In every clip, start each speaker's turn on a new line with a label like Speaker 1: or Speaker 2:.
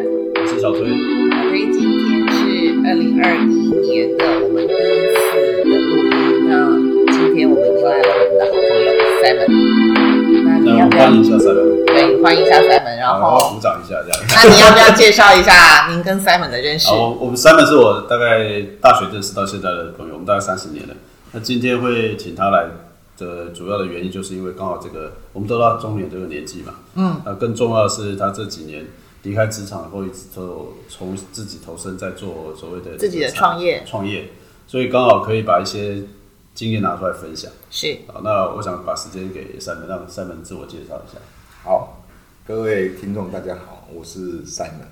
Speaker 1: 小推，
Speaker 2: 小推今天是二零二一年的我们第一次的录音，那今天我们迎来了我们的好朋友 Simon，那
Speaker 1: 那
Speaker 2: 你
Speaker 1: 我
Speaker 2: 要
Speaker 1: 们
Speaker 2: 不要
Speaker 1: 欢迎一下三位，
Speaker 2: 对欢迎一下 Simon，
Speaker 1: 好
Speaker 2: 然
Speaker 1: 然后
Speaker 2: 后
Speaker 1: 鼓掌一下这样。
Speaker 2: 那你要不要介绍一下您跟 Simon 的认识
Speaker 1: 好，？我我们 Simon 是我大概大学认识到现在的朋友，我们大概三十年了。那今天会请他来的主要的原因，就是因为刚好这个我们都到中年这个年纪嘛，嗯，那更重要的是他这几年离开职场后，一直都从自己投身在做所谓的
Speaker 2: 自己的创业
Speaker 1: 创业，所以刚好可以把一些经验拿出来分享。
Speaker 2: 是
Speaker 1: 好，那我想把时间给三门，让三门自我介绍一下。
Speaker 3: 好，各位听众大家好，我是 Simon，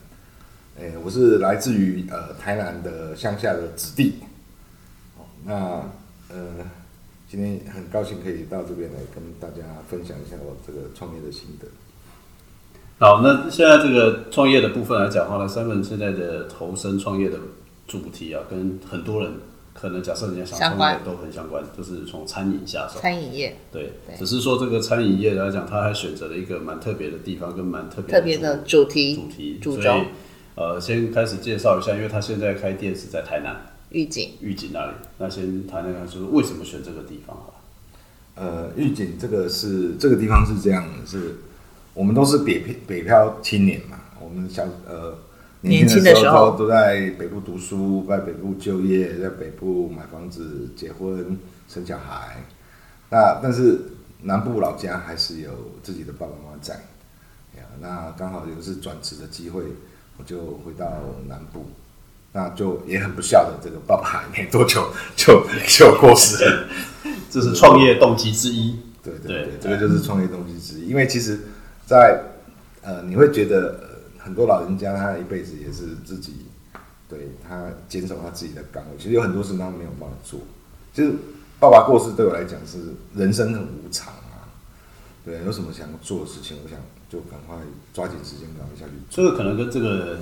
Speaker 3: 诶、我是来自于呃台南的乡下的子弟，哦那呃今天很高兴可以到这边来跟大家分享一下我这个创业的心得。
Speaker 1: 好，那现在这个创业的部分来啊讲的话呢，Simon 现在的投身创业的主题啊，跟很多人可能假设人家想
Speaker 2: 相
Speaker 1: 创业
Speaker 2: 关
Speaker 1: 都很相关，就是从餐饮下手。
Speaker 2: 餐饮业
Speaker 1: 对，
Speaker 2: 对
Speaker 1: 只是说这个餐饮业来讲，他还选择了一个蛮特别的地方跟蛮特别
Speaker 2: 特别的主题
Speaker 1: 主题，
Speaker 2: 主
Speaker 1: 所以
Speaker 2: 轴
Speaker 1: 呃，先开始介绍一下，因为他现在开店是在台南
Speaker 2: 预警
Speaker 1: 玉井那里，那先谈谈看，就是为什么选这个地方好了
Speaker 3: 呃，预警这个是这个地方是这样的，是我们都是北漂北漂青年嘛，我们小呃
Speaker 2: 年轻
Speaker 3: 轻
Speaker 2: 的时
Speaker 3: 时
Speaker 2: 候
Speaker 3: 都在北部读书，在北部就业，在北部买房子、结婚、生小孩。那但是南部老家还是有自己的爸爸妈妈在，哎呀，那刚好有一次转职的机会，我就回到南部。那就也很不孝的，这个爸爸还没多久就就过世了。
Speaker 1: 这是创业动机之一。
Speaker 3: 对
Speaker 1: 对
Speaker 3: 对对
Speaker 1: 对，
Speaker 3: 这个就是创业动机之一。因为其实在，呃，你会觉得、呃、很多老人家他一辈子也是自己，对他坚守他自己的岗位，其实有很多事他没有办法做。就是爸爸过世对我来讲是人生很无常啊，对，有什么想做的事情，我想就赶快抓紧时间赶快下去做。
Speaker 1: 这个可能跟这个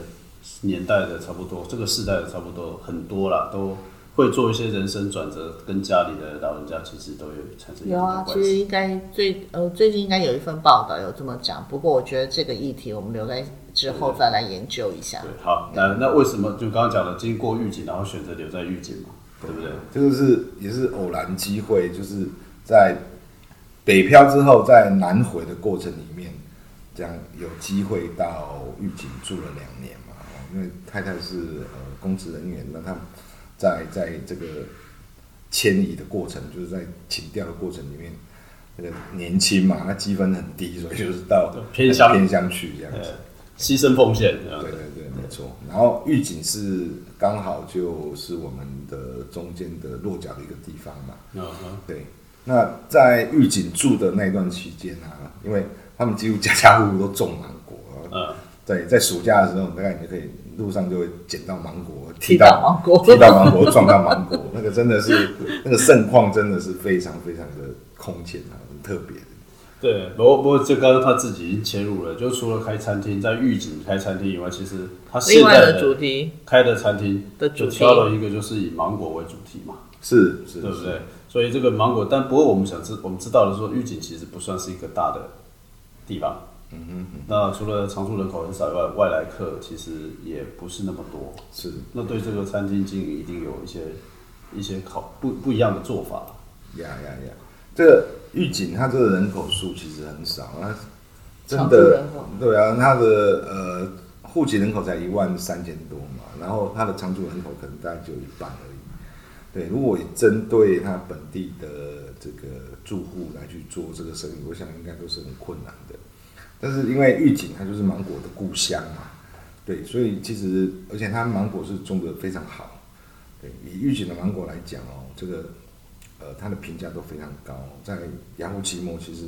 Speaker 1: 年代的差不多，这个世代的差不多，很多啦，都会做一些人生转折，跟家里的老人家其实都有产生一定
Speaker 2: 有
Speaker 1: 的
Speaker 2: 啊，
Speaker 1: 关
Speaker 2: 其实
Speaker 1: 系。
Speaker 2: 应该最呃最近应该有一份报道有这么讲，不过我觉得这个议题我们留在之后再来研究一下
Speaker 1: 对。，好，那那为什么就刚刚讲的，经过预警，然后选择留在预警嘛，对不对？
Speaker 3: 这个是也是偶然机会，就是在北漂之后，在南回的过程里面，这样有机会到玉井住了两年嘛，哦因为太太是呃公职人员，那她在在这个迁移的过程，就是在请调的过程里面。那个年轻嘛，那积分很低，所以就是到
Speaker 1: 偏乡
Speaker 3: 偏乡去这样子
Speaker 1: 呃。，牺牲奉献这样
Speaker 3: 对
Speaker 1: 子。
Speaker 3: 对对，没错。然后预警是刚好就是我们的中间的落脚的一个地方嘛。
Speaker 1: 嗯哼，
Speaker 3: 对，那在预警住的那段期间啊，因为他们几乎家家户户都种芒果啊，
Speaker 1: 嗯，
Speaker 3: 对，在暑假的时候，大概你就可以路上就会捡到芒果，
Speaker 2: 踢
Speaker 3: 踢
Speaker 2: 到
Speaker 3: 到
Speaker 2: 芒果
Speaker 3: 踢到芒果，撞到芒果，那个真的是那个盛况真的是非常非常的空前啊，很特别的。
Speaker 1: 对。不过不过，这刚刚他自己已经切入了，就除了开餐厅，在预警开餐厅以外，其实他现
Speaker 2: 另外
Speaker 1: 在
Speaker 2: 的主题
Speaker 1: 开的餐厅
Speaker 2: 的主
Speaker 1: 就
Speaker 2: 题
Speaker 1: 挑了一个就是以芒果为主题嘛。
Speaker 3: 是是，
Speaker 1: 对不
Speaker 3: 是
Speaker 1: 对？所以这个芒果，但不过我们想知，我们知道的说，预警其实不算是一个大的地方。嗯哼那除了常住人口很少以外，外来客其实也不是那么多。
Speaker 3: 是
Speaker 1: 那对这个餐厅经营一定有一些一些考不不一样的做法。
Speaker 3: 呀呀呀！这个预警它这个人口数其实很少，它真
Speaker 2: 常住
Speaker 3: 的
Speaker 2: 人口
Speaker 3: 对啊，它的呃户籍人口才一万三千多嘛，然后它的常住人口可能大概只有一半而已。对，如果针对它本地的这个住户来去做这个生意，我想应该都是很困难的。但是因为预警它就是芒果的故乡嘛，对，所以其实而且它芒果是种的非常好，对，以预警的芒果来讲哦，这个呃，它的评价都非常高。在雅虎奇摩，其实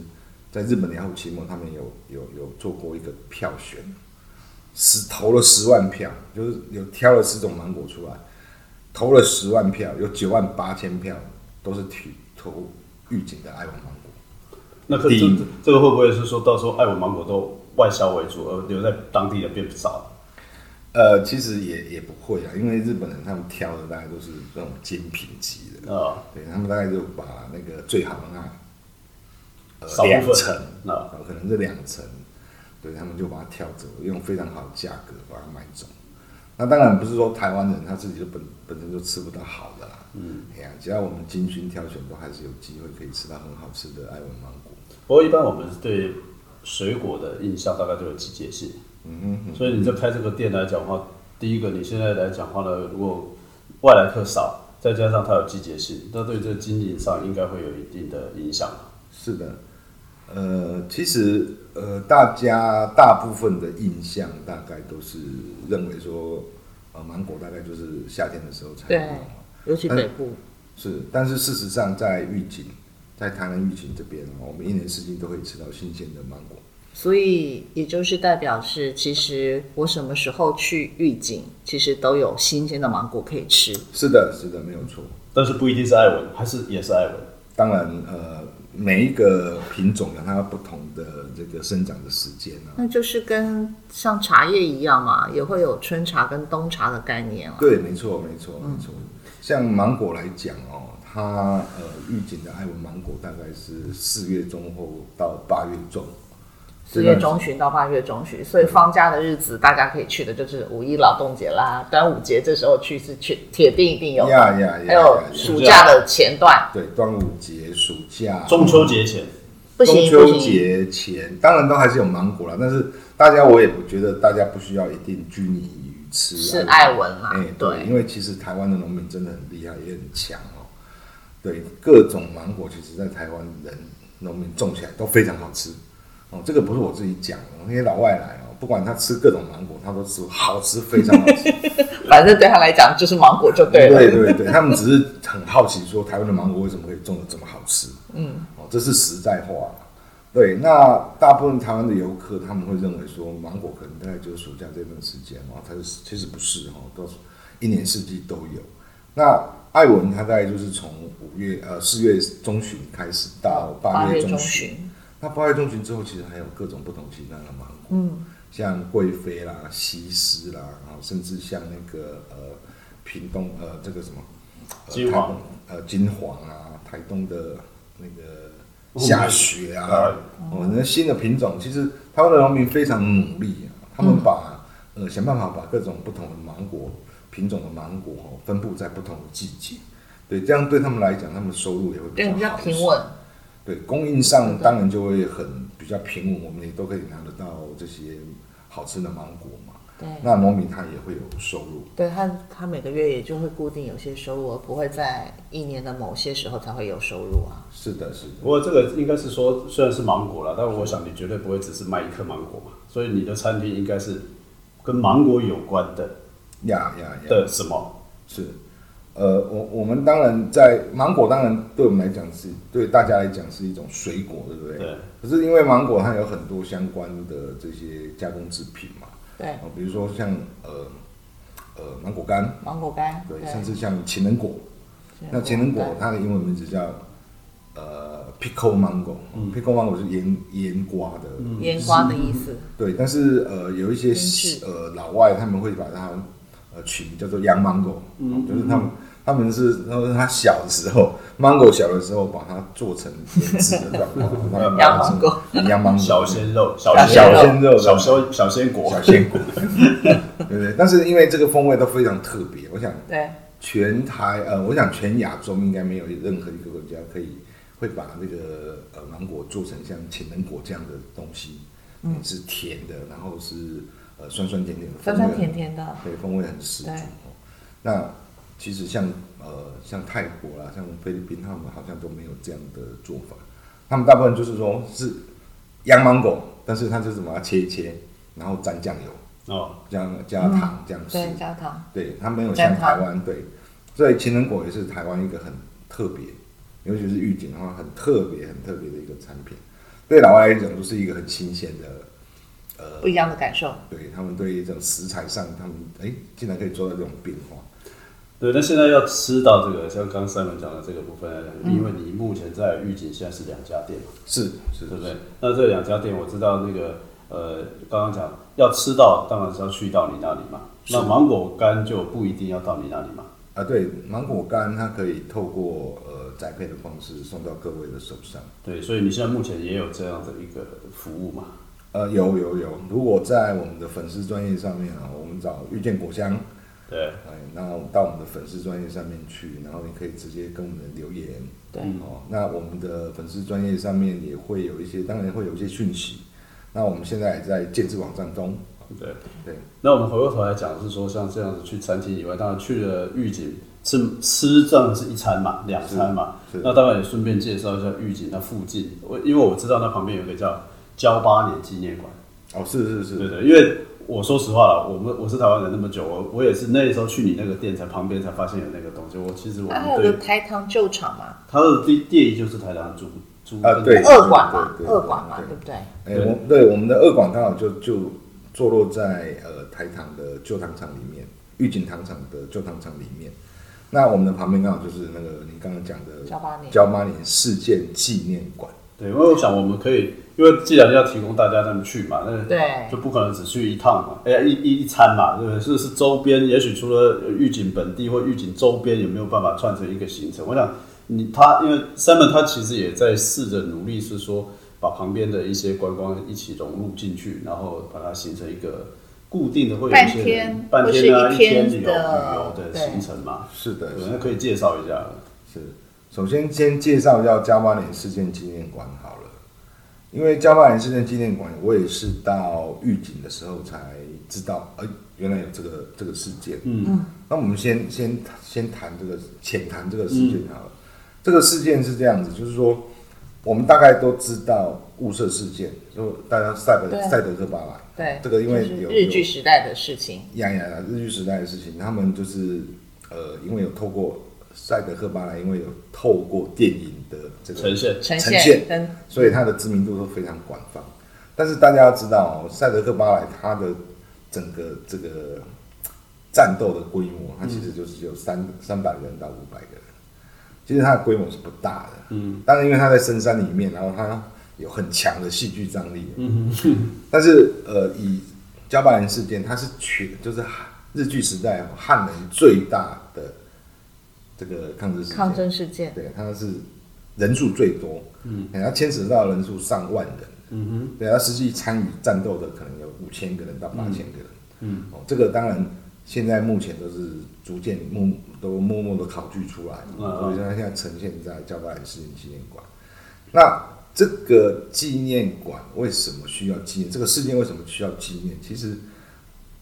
Speaker 3: 在日本的雅虎奇摩，他们有有有做过一个票选，十投了十万票，就是有挑了十种芒果出来，投了十万票，有九万八千票都是提投预警的爱文芒果。
Speaker 1: 那可
Speaker 3: 第
Speaker 1: 这
Speaker 3: 一
Speaker 1: 这个会不会是说到时候爱哎我芒果都外销为主，而留在当地的变少？
Speaker 3: 呃，其实也也不会啊，因为日本人他们挑的大概都是那种精品级的，
Speaker 1: 啊、
Speaker 3: 对他们大概就把那个最好的那
Speaker 1: 少
Speaker 3: 呃
Speaker 1: 部分
Speaker 3: 两成，
Speaker 1: 啊
Speaker 3: 呃可能是两成，对他们就把它挑走，用非常好的价格把它买走。那当然不是说台湾人他自己就本本身就吃不到好的啦，嗯，哎呀，只要我们精心挑选，都还是有机会可以吃到很好吃的艾文芒果。
Speaker 1: 不过一般我们对水果的印象大概都有季节性，嗯哼所以你在开这个店来讲的话，第一个你现在来讲的话呢，如果外来客少，再加上它有季节性，那对这个经营上应该会有一定的影响。
Speaker 3: 是的，呃，其实呃，大家大部分的印象大概都是认为说，呃，芒果大概就是夏天的时候才有
Speaker 2: 对
Speaker 3: 嘛，
Speaker 2: 尤其北部，
Speaker 3: 是，但是事实上在玉井，在台南玉井这边哦，我们一年四季都可以吃到新鲜的芒果。
Speaker 2: 所以也就是代表是，其实我什么时候去预警，其实都有新鲜的芒果可以吃。
Speaker 3: 是的，是的，没有错。
Speaker 1: 但是不一定是艾文，还是也是艾文。
Speaker 3: 当然，呃，每一个品种有它不同的这个生长的时间啊。
Speaker 2: 那就是跟像茶叶一样嘛，也会有春茶跟冬茶的概念啊。
Speaker 3: 对，没错，没错，没错。像芒果来讲哦，它呃，预警的艾文芒果大概是四月中后到八月中。
Speaker 2: 四月中旬到八月中旬，所以放假的日子大家可以去的就是五一劳动节啦、端午节，这时候去是去铁定一定有。
Speaker 3: 呀呀呀！
Speaker 2: 还有
Speaker 3: 呀呀
Speaker 2: 暑假的前段，
Speaker 3: 对，端午节、暑假、
Speaker 1: 中秋节前，
Speaker 2: 不
Speaker 3: 中
Speaker 2: 行不
Speaker 3: 秋
Speaker 2: 行，
Speaker 3: 节前，当然都还是有芒果啦，但是大家我也不觉得大家不需要一定拘泥于吃
Speaker 2: 是
Speaker 3: 艾
Speaker 2: 艾
Speaker 3: 文
Speaker 2: 文啦
Speaker 3: 哎、，对，
Speaker 2: 对，
Speaker 3: 因为其实台湾的农民真的很厉害，也很强哦。对，各种芒果，其实在台湾人农民种起来都非常好吃哦。这个不是我自己讲的，那些老外来哦，不管他吃各种芒果，他都吃好吃，非常好吃。
Speaker 2: 反正对他来讲就是芒果就对了。
Speaker 3: 对对对，他们只是很好奇说台湾的芒果为什么会种的这么好吃？嗯，哦，这是实在话啦。对，那大部分台湾的游客他们会认为说芒果可能大概就是暑假这段时间哦，它是其实不是哦，都是一年四季都有。那艾文它大概就是从五月呃四月中旬开始到八
Speaker 2: 八
Speaker 3: 月
Speaker 2: 月
Speaker 3: 中
Speaker 2: 中
Speaker 3: 旬，
Speaker 2: 旬，
Speaker 3: 那八月中旬之后其实还有各种不同形状的芒果，嗯，像贵妃啦、西施啦，然后甚至像那个呃屏东呃这个什么呃
Speaker 1: 金黄
Speaker 3: 台东呃金黄啊，台东的那个下雪啊，哦，那新的品种，其实台湾的农民非常努力啊，他们
Speaker 2: 嗯
Speaker 3: 把、呃想办法把各种不同的芒果品种的芒果哦分布在不同的季节，对，这样对他们来讲，他们收入也会
Speaker 2: 对，比
Speaker 3: 比较
Speaker 2: 较
Speaker 3: 好一
Speaker 2: 平
Speaker 3: 些
Speaker 2: 稳。
Speaker 3: 对供应上当然就会很比较平稳，我们也都可以拿得到这些好吃的芒果嘛。
Speaker 2: 对
Speaker 3: 那农民他也会有收入，
Speaker 2: 对他，他每个月也就会固定有些收入，而不会在一年的某些时候才会有收入啊。
Speaker 3: 是的，是的，
Speaker 1: 不过这个应该是说，虽然是芒果了，但我想你绝对不会只是卖一颗芒果嘛，所以你的餐厅应该是跟芒果有关的
Speaker 3: 呀呀呀，
Speaker 1: 的什么？
Speaker 3: 是。呃，我我们当然在芒果，当然对我们来讲是对大家来讲是一种水果，对不对？
Speaker 1: 对。
Speaker 3: 可是因为芒果它有很多相关的这些加工制品嘛，
Speaker 2: 对，
Speaker 3: 哦，比如说像呃呃芒果干，
Speaker 2: 芒果干，
Speaker 3: 对，甚至像情人果，那情人果它的英文名字叫呃 pickle
Speaker 1: 嗯
Speaker 3: mango，pickle mango 是腌腌瓜的，
Speaker 2: 腌瓜的意思，
Speaker 3: 对，但是呃有一些
Speaker 2: 腌制
Speaker 3: 呃老外他们会把它呃取名叫做 young mango，、哦
Speaker 1: 嗯
Speaker 3: 就是他们他们是他们他小的时候 mango 小的时候把它做成腌制 的状况，然后把它
Speaker 2: Young mango
Speaker 3: 做 young mango
Speaker 1: 小鲜肉，小
Speaker 2: 小
Speaker 3: 嗯鲜肉
Speaker 1: 小鲜小鲜果，
Speaker 3: 小鲜果， 对不对？但是因为这个风味都非常特别，我想
Speaker 2: 对，
Speaker 3: 全台呃，我想全亚洲应该没有任何一个国家可以会把这个呃芒果做成像情人果这样的东西，嗯，是甜的，然后是呃酸酸甜甜的，
Speaker 2: 酸酸甜，甜的，
Speaker 3: 对，风味很十足。
Speaker 2: 对
Speaker 3: 哦那其实像呃像泰国啦，像菲律宾，他们好像都没有这样的做法，他们大部分就是说是洋芒果，但是它就是把它切一切，然后沾酱油，
Speaker 1: 哦，
Speaker 3: 加加糖这样吃，
Speaker 2: 嗯对，加糖。
Speaker 3: 对，它没有
Speaker 2: 在
Speaker 3: 像
Speaker 2: 它
Speaker 3: 台湾对，所以情人果也是台湾一个很特别，尤其是预警的话，很特别很特别的一个产品。对老外来讲，就是一个很新鲜的，
Speaker 2: 不一样的感受。
Speaker 3: 对他们对这种食材上，他们哎，竟然可以做到这种变化。
Speaker 1: 对，那现在要吃到这个，像刚刚三文讲的这个部分来讲，因为你目前在预警现在是两家店嘛，
Speaker 3: 是是，
Speaker 1: 对不对？那这两家店我知道那个呃，刚刚讲要吃到，当然是要去到你那里嘛。那芒果干就不一定要到你那里嘛。
Speaker 3: 啊，对，芒果干它可以透过呃栽培的方式送到各位的手上。
Speaker 1: 对，所以你现在目前也有这样的一个服务嘛？
Speaker 3: 呃，有有有，如果在我们的粉丝专业上面啊，我们找遇见果香，
Speaker 1: 对，
Speaker 3: 哎，然后到我们的粉丝专业上面去，然后你可以直接跟我们留言。
Speaker 2: 对
Speaker 3: 哦，那我们的粉丝专业上面也会有一些，当然会有一些讯息。那我们现在也在建制网站中，
Speaker 1: 对，
Speaker 3: 对，
Speaker 1: 那我们回过头来讲，是说像这样子去餐厅以外，当然去了御景吃吃这样是一餐嘛，两餐嘛
Speaker 3: 是是。
Speaker 1: 那当然也顺便介绍一下御景那附近，我因为我知道那旁边有个叫交八年纪念馆，
Speaker 3: 哦，是是是，
Speaker 1: 对对，因为我说实话了，我们我是台湾人那么久，我我也是那时候去你那个店才旁边才发现有那个东西。我其实我
Speaker 2: 它
Speaker 3: 啊
Speaker 1: 们
Speaker 2: 还有
Speaker 1: 对
Speaker 2: 个台糖旧厂嘛，
Speaker 1: 它的第第一就是台南猪猪
Speaker 3: 啊
Speaker 1: 跟
Speaker 3: 对
Speaker 2: 二馆嘛，
Speaker 3: 对对对
Speaker 2: 二馆嘛，
Speaker 3: 对
Speaker 2: 对不对？
Speaker 3: 哎、
Speaker 1: 对
Speaker 3: 我对我们的二馆刚好就就坐落在呃台糖的旧糖厂里面，御景糖厂的旧糖厂里面。那我们的旁边刚好就是那个你刚刚讲的
Speaker 2: 交八年
Speaker 3: 交八年事件纪念馆，
Speaker 1: 对，因为我想我们可以，因为既然要提供大家那么去嘛，那
Speaker 2: 对
Speaker 1: 就不可能只去一趟嘛，哎呀一一一餐嘛，对不对？是是周边，也许除了预警本地或预警周边，有没有办法串成一个行程？我想你他因为 Simon 他其实也在试着努力，是说把旁边的一些观光一起融入进去，然后把它形成一个固定的，会有一些人
Speaker 2: 半天
Speaker 1: 半天啊
Speaker 2: 或是一
Speaker 1: 天
Speaker 2: 天
Speaker 1: 旅游旅
Speaker 2: 的
Speaker 1: 游的
Speaker 2: 对
Speaker 1: 行程嘛，
Speaker 3: 是的，
Speaker 1: 对，那可以介绍一下。
Speaker 3: 是，首先先介绍一下加巴脸事件纪念馆好了，因为加巴脸事件纪念馆，我也是到预警的时候才知道，呃，原来有这个这个事件。
Speaker 1: 嗯，
Speaker 3: 那我们先先先谈这个浅谈这个事
Speaker 2: 嗯
Speaker 3: 件好了。这个事件是这样子，就是说我们大概都知道雾社事件，就大家赛德
Speaker 2: 对
Speaker 3: 赛德克巴莱，
Speaker 2: 对，
Speaker 3: 这个因为
Speaker 2: 就是
Speaker 3: 有
Speaker 2: 日剧
Speaker 3: 有
Speaker 2: 时代的事情，
Speaker 3: 呀呀呀，日据时代的事情，他们就是呃，因为有透过赛德克巴莱，因为有透过电影的这个
Speaker 1: 呈现
Speaker 2: 呈
Speaker 3: 呈现
Speaker 2: 现跟
Speaker 3: 所以它的知名度都非常广泛。但是大家要知道哦，赛德克巴莱它的整个这个呃战斗的规模，它其实就是只有三三百人到五百个人，其实它的规模是不大的。嗯，当然因为它在深山里面，然后它有很强的戏剧张力。嗯 但是呃，以加巴兰事件，它是全就是日据时代哦汉人最大的这个抗日事件。
Speaker 2: 抗争事件，
Speaker 3: 对，它是人数最多，嗯，它牵扯到人数上万人，嗯哼，对，它实际参与战斗的可能有五千个人到八千个人，嗯，哦，这个当然现在目前都是逐渐默都默默的考据出来，
Speaker 1: 嗯
Speaker 3: 所以它现在呈现在教巴兰市民纪念馆。那这个纪念馆为什么需要纪念？这个事件为什么需要纪念？其实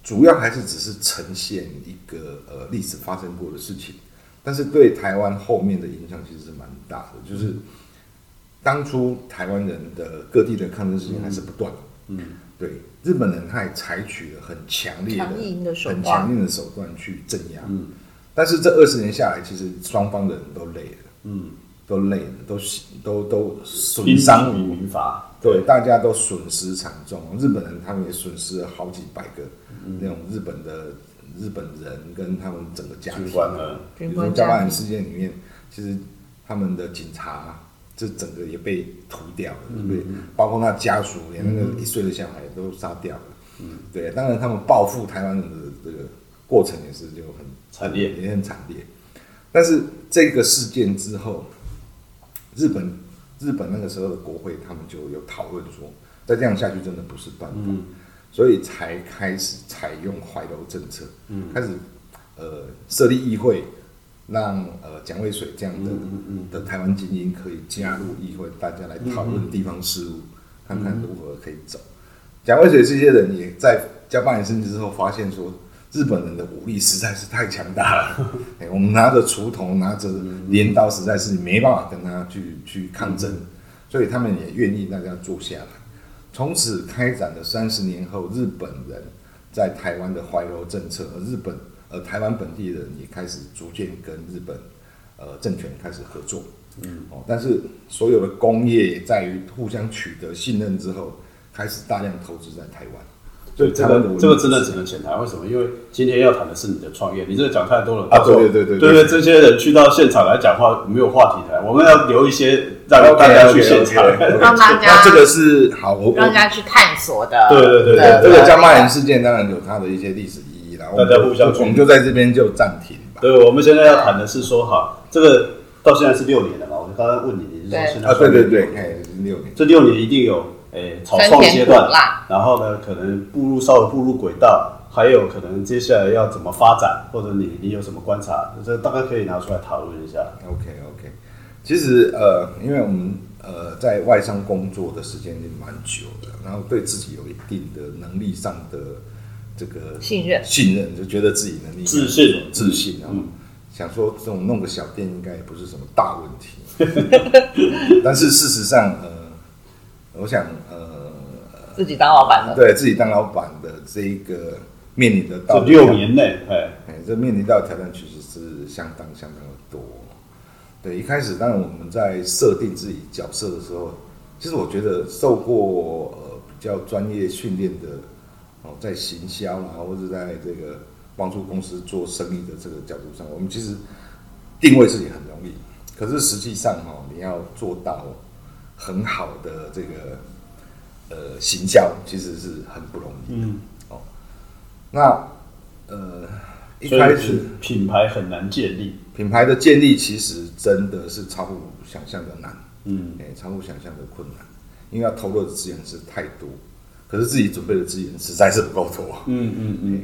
Speaker 3: 主要还是只是呈现一个呃历史发生过的事情，但是对台湾后面的影响其实是蛮大的。就是当初台湾人的各地的抗争事件还是不断，嗯，对，日本人他也采取了很强烈的、
Speaker 2: 强硬的手段
Speaker 3: 很强硬的手段去镇压，嗯，但是这二十年下来，其实双方的人都累了，嗯，都累了，都都都损
Speaker 1: 兵
Speaker 3: 伤
Speaker 1: 伤
Speaker 3: 无
Speaker 1: 与民乏，
Speaker 3: 对，大家都损失惨重。日本人他们也损失了好几百个、那种日本的日本人跟他们整个家庭
Speaker 1: 军。官呢？
Speaker 3: 比
Speaker 2: 军
Speaker 3: 如说
Speaker 2: 官
Speaker 3: 加巴
Speaker 2: 家
Speaker 3: 兰
Speaker 2: 庭
Speaker 3: 事件里面，其实他们的警察这整个也被屠掉了，对不对？包括他家属，连那个一岁的小孩都杀掉了。嗯，对，当然他们报复台湾人的这个过程也是就很
Speaker 1: 惨烈
Speaker 3: 也很惨烈。但是这个事件之后，日本日本那个时候的国会，他们就有讨论说，再这样下去真的不是办法，所以才开始采用怀柔政策，开始呃设立议会，让呃蒋渭水这样的、的台湾精英可以加入议会，大家来讨论地方事务，看看如何可以走。蒋渭水这些人也在加巴兰甚至之后发现说，日本人的武力实在是太强大了。哎，我们拿着锄头，拿着镰刀，实在是没办法跟他去去抗争，所以他们也愿意大家坐下来。从此开展了三十年后，日本人在台湾的怀柔政策，而日本呃台湾本地人也开始逐渐跟日本呃政权开始合作。嗯，哦，但是所有的工业在于互相取得信任之后，开始大量投资在台湾。
Speaker 1: 对，这
Speaker 3: 台湾的
Speaker 1: 个
Speaker 3: 文
Speaker 1: 这个
Speaker 3: 明
Speaker 1: 真的只能浅谈。为什么？因为今天要谈的是你的创业，你这个讲太多了。
Speaker 3: 啊
Speaker 1: 到时候
Speaker 3: 对对对对
Speaker 1: 对
Speaker 3: 对
Speaker 1: 这些人去到现场来讲话，没有话题谈。我们要留一些让大家去现 场。
Speaker 2: 让大家
Speaker 3: 那这个是好，我我
Speaker 2: 让人家去探索的，
Speaker 1: 对对对对
Speaker 2: 的啊
Speaker 3: 这个
Speaker 2: 的
Speaker 3: 江骂人事件当然有它的一些历史意义啦。我们
Speaker 1: 大家互相
Speaker 3: 我们就在这边就暂停 吧。
Speaker 1: 对，我们现在要谈的是说，哈，这个到现在是六年了嘛？我刚刚问你，你是说
Speaker 2: 对
Speaker 1: 现在
Speaker 3: 啊，对对
Speaker 1: 创业
Speaker 3: 对，哎，零六年，
Speaker 1: 这六年一定有诶草创阶段，然后呢，可能步入稍微步入轨道，还有可能接下来要怎么发展，或者你你有什么观察，这大概可以拿出来讨论一下。
Speaker 3: OK OK，其实呃，因为我们呃在外商工作的时间也蛮久的，然后对自己有一定的能力上的这个
Speaker 2: 信任
Speaker 3: 信任，就觉得自己能力
Speaker 1: 自信嗯
Speaker 3: 自信，然后想说这种弄个小店应该也不是什么大问 题，但是事实上呃，我想呃，
Speaker 2: 自己当老板的，
Speaker 3: 对自己当老板的这一个面临的
Speaker 1: 这
Speaker 3: 到
Speaker 1: 六年内，哎，
Speaker 3: 哎，这面临到的挑战其实是相当相当的多。对，一开始当然我们在设定自己角色的时候，其实我觉得受过呃比较专业训练的哦，在行销啊，或者在这个帮助公司做生意的这个角度上，我们其实定位自己很容易，可是实际上哦，你要做到很好的这个呃行销，其实是很不容易。哦
Speaker 1: 嗯，
Speaker 3: 那呃一
Speaker 1: 所
Speaker 3: 开
Speaker 1: 以
Speaker 3: 始。
Speaker 1: 品品牌很难建立，
Speaker 3: 品牌的建立其实真的是超乎想象的难，
Speaker 1: 嗯，
Speaker 3: 哎、超乎想象的困难，因为要投入的资源是太多，可是自己准备的资源实在是不够多。
Speaker 1: 嗯嗯嗯，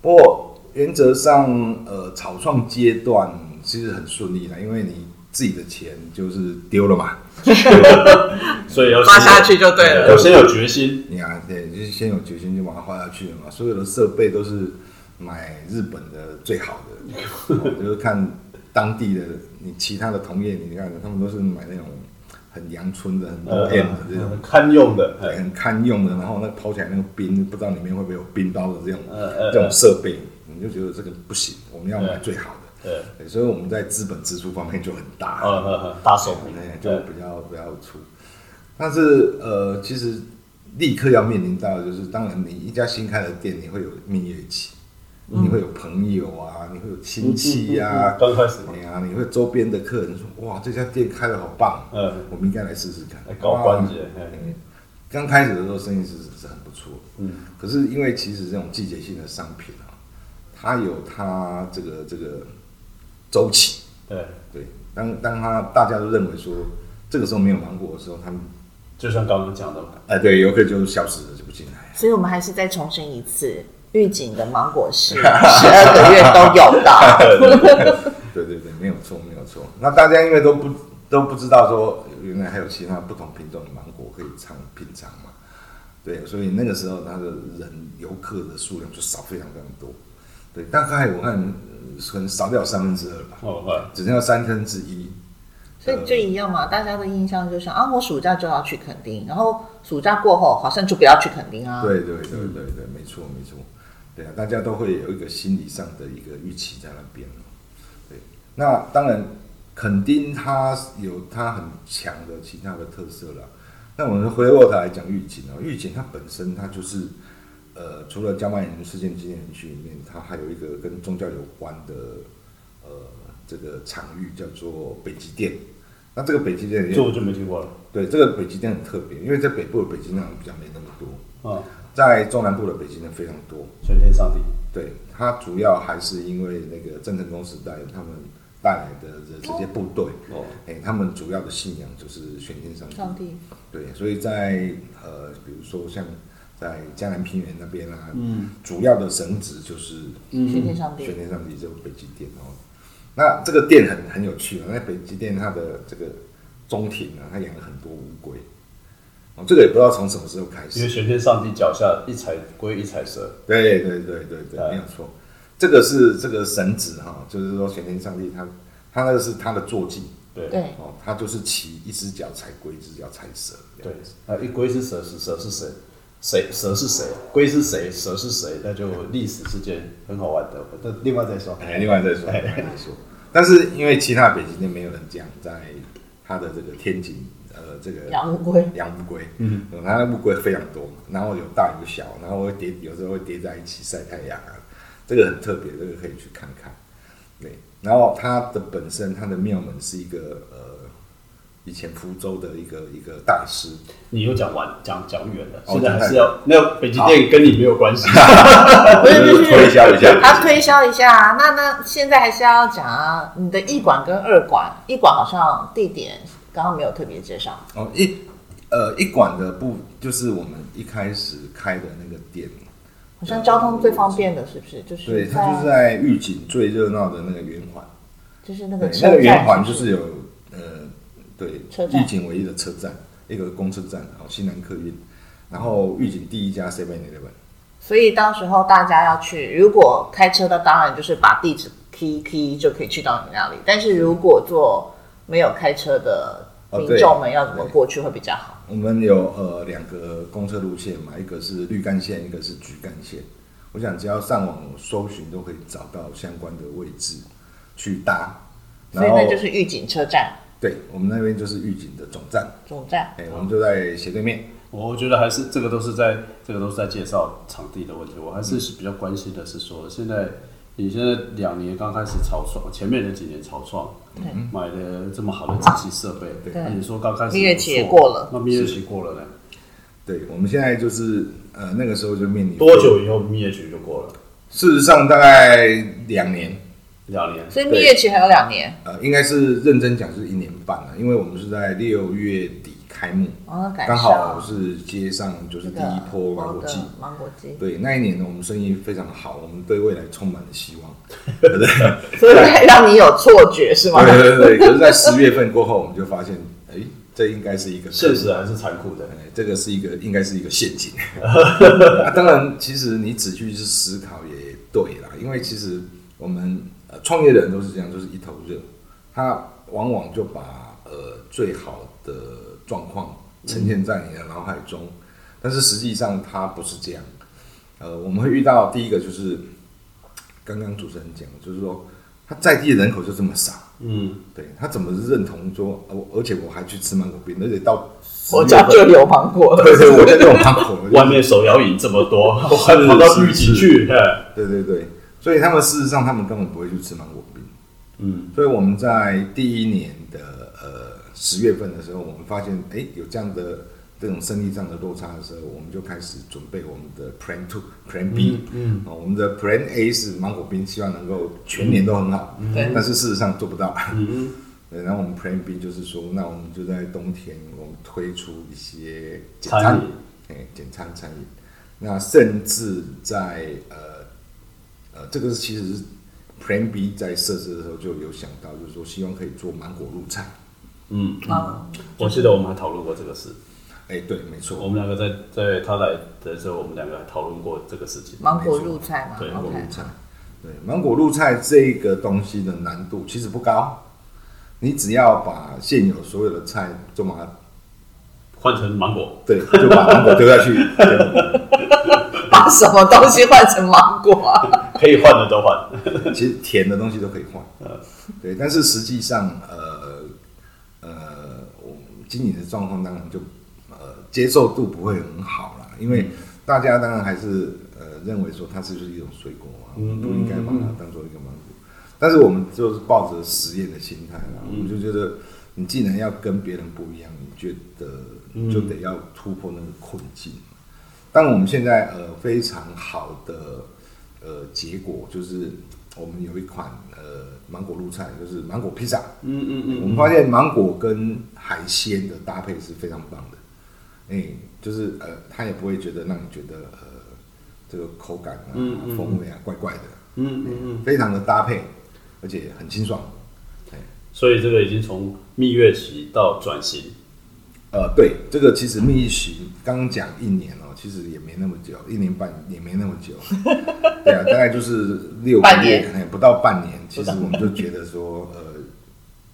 Speaker 3: 不过原则上，呃，草创阶段其实很顺利的，因为你自己的钱就是丢了嘛，
Speaker 1: 所以要
Speaker 2: 花
Speaker 1: 先
Speaker 2: 下去就对了
Speaker 1: 有先有决心，
Speaker 3: 你啊，对，就是先有决心就把它花下去了嘛。所有的设备都是买日本的最好 的，哦就是看当地的。你其他的同业，你看他们都是买那种很阳春的、很 OM 的这
Speaker 1: 呃
Speaker 3: 种，
Speaker 1: 嗯堪用的，哎，
Speaker 3: 很堪用的，然后那刨起来那个冰，不知道里面会不会有冰包的这种
Speaker 1: 呃呃
Speaker 3: 这种设备，你就觉得这个不行，我们要买最好的。
Speaker 1: 对，
Speaker 3: 对，所以我们在资本支出方面就很大。
Speaker 1: 呃呃呃，大手笔
Speaker 3: 哎，，就
Speaker 1: 对，
Speaker 3: 比较比较粗。但是呃，其实立刻要面临到的就是，当然你一家新开的店，你会有蜜月期，
Speaker 1: 嗯
Speaker 3: 你会有朋友啊，你会有亲戚呀、
Speaker 1: 刚开始嘛，
Speaker 3: 哎呀，你会周边的客人说，哇，这家店开的好棒，
Speaker 1: 嗯，
Speaker 3: 我们应该来试试看
Speaker 1: 来。搞关节
Speaker 3: 哇
Speaker 1: 哎
Speaker 3: 哎刚开始的时候生意是是很不错，
Speaker 1: 嗯，
Speaker 3: 可是因为其实这种季节性的商品啊，它有它这个这个周期，
Speaker 1: 对，
Speaker 3: 对，当当他大家都认为说这个时候没有芒果的时候，他们
Speaker 1: 就像刚刚讲的嘛，
Speaker 3: 哎、对，游客就消失了，就不进来。
Speaker 2: 所以我们还是再重申一次，预警的芒果 是十二个月都有的，
Speaker 3: 对对对，没有错，没有错。那大家因为都不都不知道说原来还有其他不同品种的芒果可以尝品尝嘛，对，所以那个时候他的人游客的数量就少非常非常多，对，大概我看呃可能少掉三分之二吧，
Speaker 1: 哦，会，
Speaker 3: 只剩下三分之一。
Speaker 2: 所以就一样嘛。大家的印象就是啊，我暑假就要去垦丁，然后暑假过后好像就不要去垦丁啊。
Speaker 3: 对对对对对，没错没错，对啊，大家都会有一个心理上的一个预期在那边哦对，那当然，肯定它有它很强的其他的特色了。那我们回过头来讲预警哦，预警它本身它就是，呃，除了江曼园事件纪念区里面，它还有一个跟宗教有关的，呃，这个场域叫做北极殿。那这个北极殿里面，
Speaker 1: 这我就没听过了，
Speaker 3: 对这个北极殿很特别，因为在北部的北极殿好像比较没那么多。
Speaker 1: 啊，
Speaker 3: 在中南部的北京人非常多，
Speaker 1: 全天上帝，
Speaker 3: 对它主要还是因为那个郑成功时代他们带来的这这些部队，
Speaker 1: 哦，
Speaker 3: 哎、他们主要的信仰就是玄天上帝，
Speaker 2: 上帝，
Speaker 3: 对，所以在呃，比如说像在江南平原那边啊，
Speaker 1: 嗯
Speaker 3: 主要的神职就是
Speaker 2: 全天上
Speaker 3: 玄
Speaker 2: 帝，
Speaker 3: 天上帝就是北极殿哦。那这个殿很很有趣啊，那北极殿它的这个中庭啊，它养了很多乌龟，哦，这个也不知道从什么时候开始
Speaker 1: 因为，玄天上帝脚下一踩龟一踩蛇，
Speaker 3: 对对对对对，
Speaker 1: 对
Speaker 3: 没有错。这个是这个神子哈，就是说玄天上帝他他那个是他的坐骑
Speaker 1: 对
Speaker 2: 对，
Speaker 3: 哦，他就是骑一只脚踩龟，一只脚踩蛇。
Speaker 1: 对，啊，一龟是蛇是蛇是谁？谁蛇是谁？龟是谁？蛇是谁？那就历史事件很好玩的，那另外再说。
Speaker 3: 哎，另外再说，另外再说。但是因为其他北极那没有人讲，在他的这个天井呃这个
Speaker 2: 养乌龟，
Speaker 3: 养乌龟，嗯，它的乌龟非常多嘛，然后有大有小，然后会叠，有时候会叠在一起晒太阳啊，这个很特别，这个可以去看看。对，然后它的本身它的庙门是一个呃，以前福州的一个一个大师，
Speaker 1: 你又讲完讲讲远了，
Speaker 3: 哦
Speaker 1: 现在还是要那北极店跟你没有关系。
Speaker 2: 不
Speaker 1: 嗯
Speaker 2: 是不是
Speaker 3: 推销一下，
Speaker 2: 他推销一下啊，那那现在还是要讲啊，你的一馆跟二馆，一馆好像地点刚刚没有特别介绍，
Speaker 3: 哦，一呃，一馆的不就是我们一开始开的那个店，
Speaker 4: 好像交通最方便的是不是？就是
Speaker 3: 对，它就是在预警最热闹的那个圆环，
Speaker 4: 就是那
Speaker 3: 对
Speaker 4: 个，
Speaker 3: 那个
Speaker 4: 车
Speaker 3: 圆环
Speaker 4: 站，
Speaker 3: 就是有呃，对
Speaker 4: 车，站
Speaker 3: 预警唯一的车站，一个公车站，哦，西南客运，然后预警第一家 Seven Eleven，
Speaker 4: 所以到时候大家要去，如果开车的当然就是把地址 key key 就可以去到你那里，但是如果坐没有开车的
Speaker 3: 哦
Speaker 4: 民
Speaker 3: 对
Speaker 4: 众们要怎么
Speaker 3: 对
Speaker 4: 过去会比较好？
Speaker 3: 我们有呃两个公车路线嘛，一个是绿干线，一个是橘干线。我想只要上网搜寻都可以找到相关的位置去搭。
Speaker 4: 所以
Speaker 3: 然后
Speaker 4: 那就是预警车站
Speaker 3: 对我们那边就是预警的总站，
Speaker 4: 总站
Speaker 3: 哎、我们就在斜对面。
Speaker 1: 我觉得还是这个都是在这个都是在介绍场地的问题，我还是比较关心的是说，现在你现在两年刚开始草创，前面的几年草创，买的这么好的机器设备，
Speaker 3: 对
Speaker 1: 那你说刚开始
Speaker 4: 蜜月期也
Speaker 1: 不错
Speaker 4: 过了
Speaker 1: 那蜜月期过了呢？
Speaker 3: 对，我们现在就是呃那个时候就面临
Speaker 1: 多？久以后蜜月期就过了？
Speaker 3: 事实上大概两年，
Speaker 1: 两年。
Speaker 4: 所以蜜月期还有两年
Speaker 3: 呃，应该是认真讲是一年半了，因为我们是在六月底开幕，
Speaker 4: 啊，赶上
Speaker 3: 刚好是接上就是
Speaker 4: 这
Speaker 3: 第
Speaker 4: 个
Speaker 3: 一波芒果季。
Speaker 4: 芒果季，
Speaker 3: 对，那一年呢，我们生意非常好，我们对未来充满了希望。
Speaker 4: 所以让你有错觉是吗？
Speaker 3: 对对对，可是，在十月份过后，我们就发现，哎，这应该是一个
Speaker 1: 现实还是残酷的
Speaker 3: 哎，这个是一个应该是一个陷阱。啊、当然，其实你只去去思考也对啦，因为其实我们、呃、创业的人都是这样，就是一头热，他往往就把呃最好的状况呈现在你的脑海中，但是实际上它不是这样。呃，我们会遇到第一个就是刚刚主持人讲的，就是说他在地人口就这么少，
Speaker 1: 嗯，
Speaker 3: 对他怎么认同说，呃我而且我还去吃芒果冰，而且到10
Speaker 4: 我家
Speaker 3: 月份
Speaker 4: 就有芒果了，
Speaker 3: 对对，我在这种芒果，
Speaker 1: 外面手摇饮这么多，我还跑到预警去，哎
Speaker 3: 对对对，所以他们事实上他们根本不会去吃芒果冰。
Speaker 1: 嗯，
Speaker 3: 所以我们在第一年的呃十月份的时候，我们发现哎有这样的这种生意上的落差的时候，我们就开始准备我们的 Plan Two、Plan B 嗯。哦我们的 Plan A 是芒果冰，希望能够全年都很好，
Speaker 4: 对
Speaker 3: 但是事实上做不到。
Speaker 1: 嗯，
Speaker 3: 对，然后我们 Plan B 就是说，那我们就在冬天，我们推出一些简
Speaker 1: 餐
Speaker 3: 餐
Speaker 1: 饮，
Speaker 3: 哎，简餐餐饮。那甚至在呃呃，这个其实是 Plan B 在设置的时候就有想到，就是说希望可以做芒果露菜。
Speaker 1: 嗯，
Speaker 4: 嗯，
Speaker 1: 我记得我们还讨论过这个事，
Speaker 3: 哎，对，没
Speaker 1: 我
Speaker 3: 错，
Speaker 1: 们两个在在他来的时候，我们两个还讨论过这个事情。
Speaker 4: 芒果入菜嘛
Speaker 1: 对
Speaker 3: 芒果
Speaker 4: ，OK，
Speaker 3: 露菜。对，芒果露菜这个东西的难度其实不高，你只要把现有所有的菜就把它
Speaker 1: 换成芒果，
Speaker 3: 对，就把芒果丢下去。对
Speaker 4: 把什么东西换成芒 果啊？
Speaker 1: 可以换的都换。
Speaker 3: 其实甜的东西都可以换，对，但是实际上，呃呃，我们经营的状况当然就呃接受度不会很好啦，因为大家当然还是呃认为说它是不是一种水果啊，我们不应该把它当做一个芒果，但是我们就是抱着实验的心态啦，我们就觉得你既然要跟别人不一样，你觉得就得要突破那个困境。但我们现在呃非常好的呃结果就是我们有一款呃芒果露菜，就是芒果披萨。
Speaker 1: 嗯嗯嗯
Speaker 3: 我们发现芒果跟海鲜的搭配是非常棒的。哎、就是呃，它也不会觉得让你觉得呃这个口感啊、
Speaker 1: 嗯嗯
Speaker 3: 风味啊怪怪的，
Speaker 1: 嗯嗯嗯。
Speaker 3: 非常的搭配，而且很清爽。
Speaker 1: 所以这个已经从蜜月期到转型，
Speaker 3: 呃，对，这个其实蜜月期刚刚讲一年哦，其实也没那么久，一年半也没那么久，对啊，大概就是六个
Speaker 4: 半
Speaker 3: 月，
Speaker 4: 年
Speaker 3: 可能不到半年，其实我们就觉得说，呃，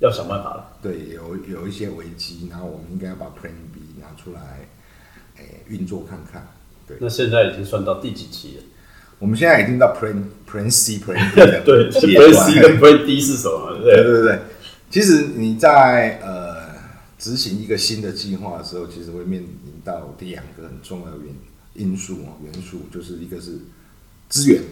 Speaker 1: 要想办法了。
Speaker 3: 对，有有一些危机，然后我们应该要把 Plan B 拿出来，哎，运作看看。对，
Speaker 1: 那现在已经算到第几期了？
Speaker 3: 我们现在已经到 Plan Plan C Plan D 的
Speaker 1: 对
Speaker 3: 阶
Speaker 1: ，Plan
Speaker 3: 段
Speaker 1: C 跟 Plan D 是什么？
Speaker 3: 对
Speaker 1: 对，
Speaker 3: 对对，其实你在呃执行一个新的计划的时候，其实会面临到两个很重要的元因素啊元素，就是一个是资源，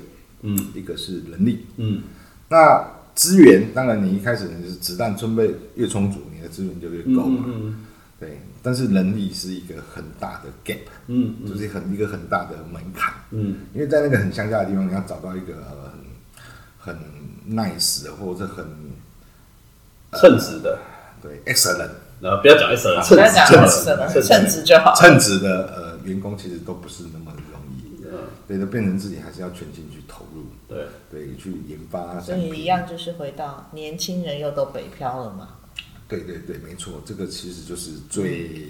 Speaker 1: 嗯，
Speaker 3: 一个是人力。
Speaker 1: 嗯
Speaker 3: 那资源当然你一开始你是子弹准备越充足，你的资源就越够嘛。
Speaker 1: 嗯
Speaker 3: 对，但是人力是一个很大的 gap，
Speaker 1: 嗯嗯
Speaker 3: 就是很一个很大的门槛。
Speaker 1: 嗯
Speaker 3: 因为在那个很乡下的地方，你要找到一个呃很很 nice 的或者很
Speaker 1: 嗯，称职的，
Speaker 3: 对 excellent
Speaker 1: 然后不要讲 S 了，
Speaker 4: 不
Speaker 1: 趁
Speaker 4: 要讲
Speaker 1: 趁
Speaker 4: 什么
Speaker 1: 趁
Speaker 4: 称职就好。
Speaker 3: 称职的呃员工其实都不是那么容易，
Speaker 4: 嗯
Speaker 3: 对，都变成自己还是要全心去投入，
Speaker 1: 对，
Speaker 3: 对，去研发
Speaker 4: 所
Speaker 3: 产
Speaker 4: 以
Speaker 3: 品，
Speaker 4: 一样就是回到年轻人又都北漂了嘛，
Speaker 3: 对对对，没错，这个其实就是最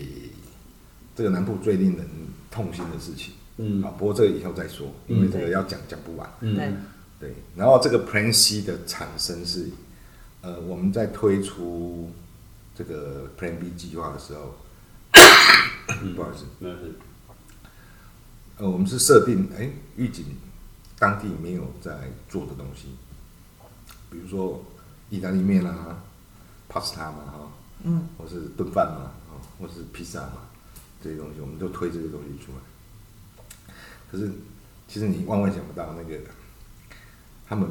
Speaker 3: 这个南部最令人痛心的事情。
Speaker 1: 嗯
Speaker 3: 啊，不过这个以后再说，因
Speaker 4: 嗯
Speaker 3: 为这个要讲讲不完。
Speaker 4: 对
Speaker 1: 嗯，
Speaker 3: 对，然后这个 Plan C 的产生是，呃，我们在推出这个 Plan B 计划的时候，
Speaker 4: 嗯
Speaker 3: 不好意思，
Speaker 1: 没有事，
Speaker 3: 呃，我们是设定，哎，预警当地没有在做的东西，比如说意大利面啦、pasta 嘛，哈、
Speaker 4: 嗯，
Speaker 3: 或是炖饭嘛，啊、或是披萨嘛，这些东西，我们就推这些东西出来。可是，其实你万万想不到，那个他们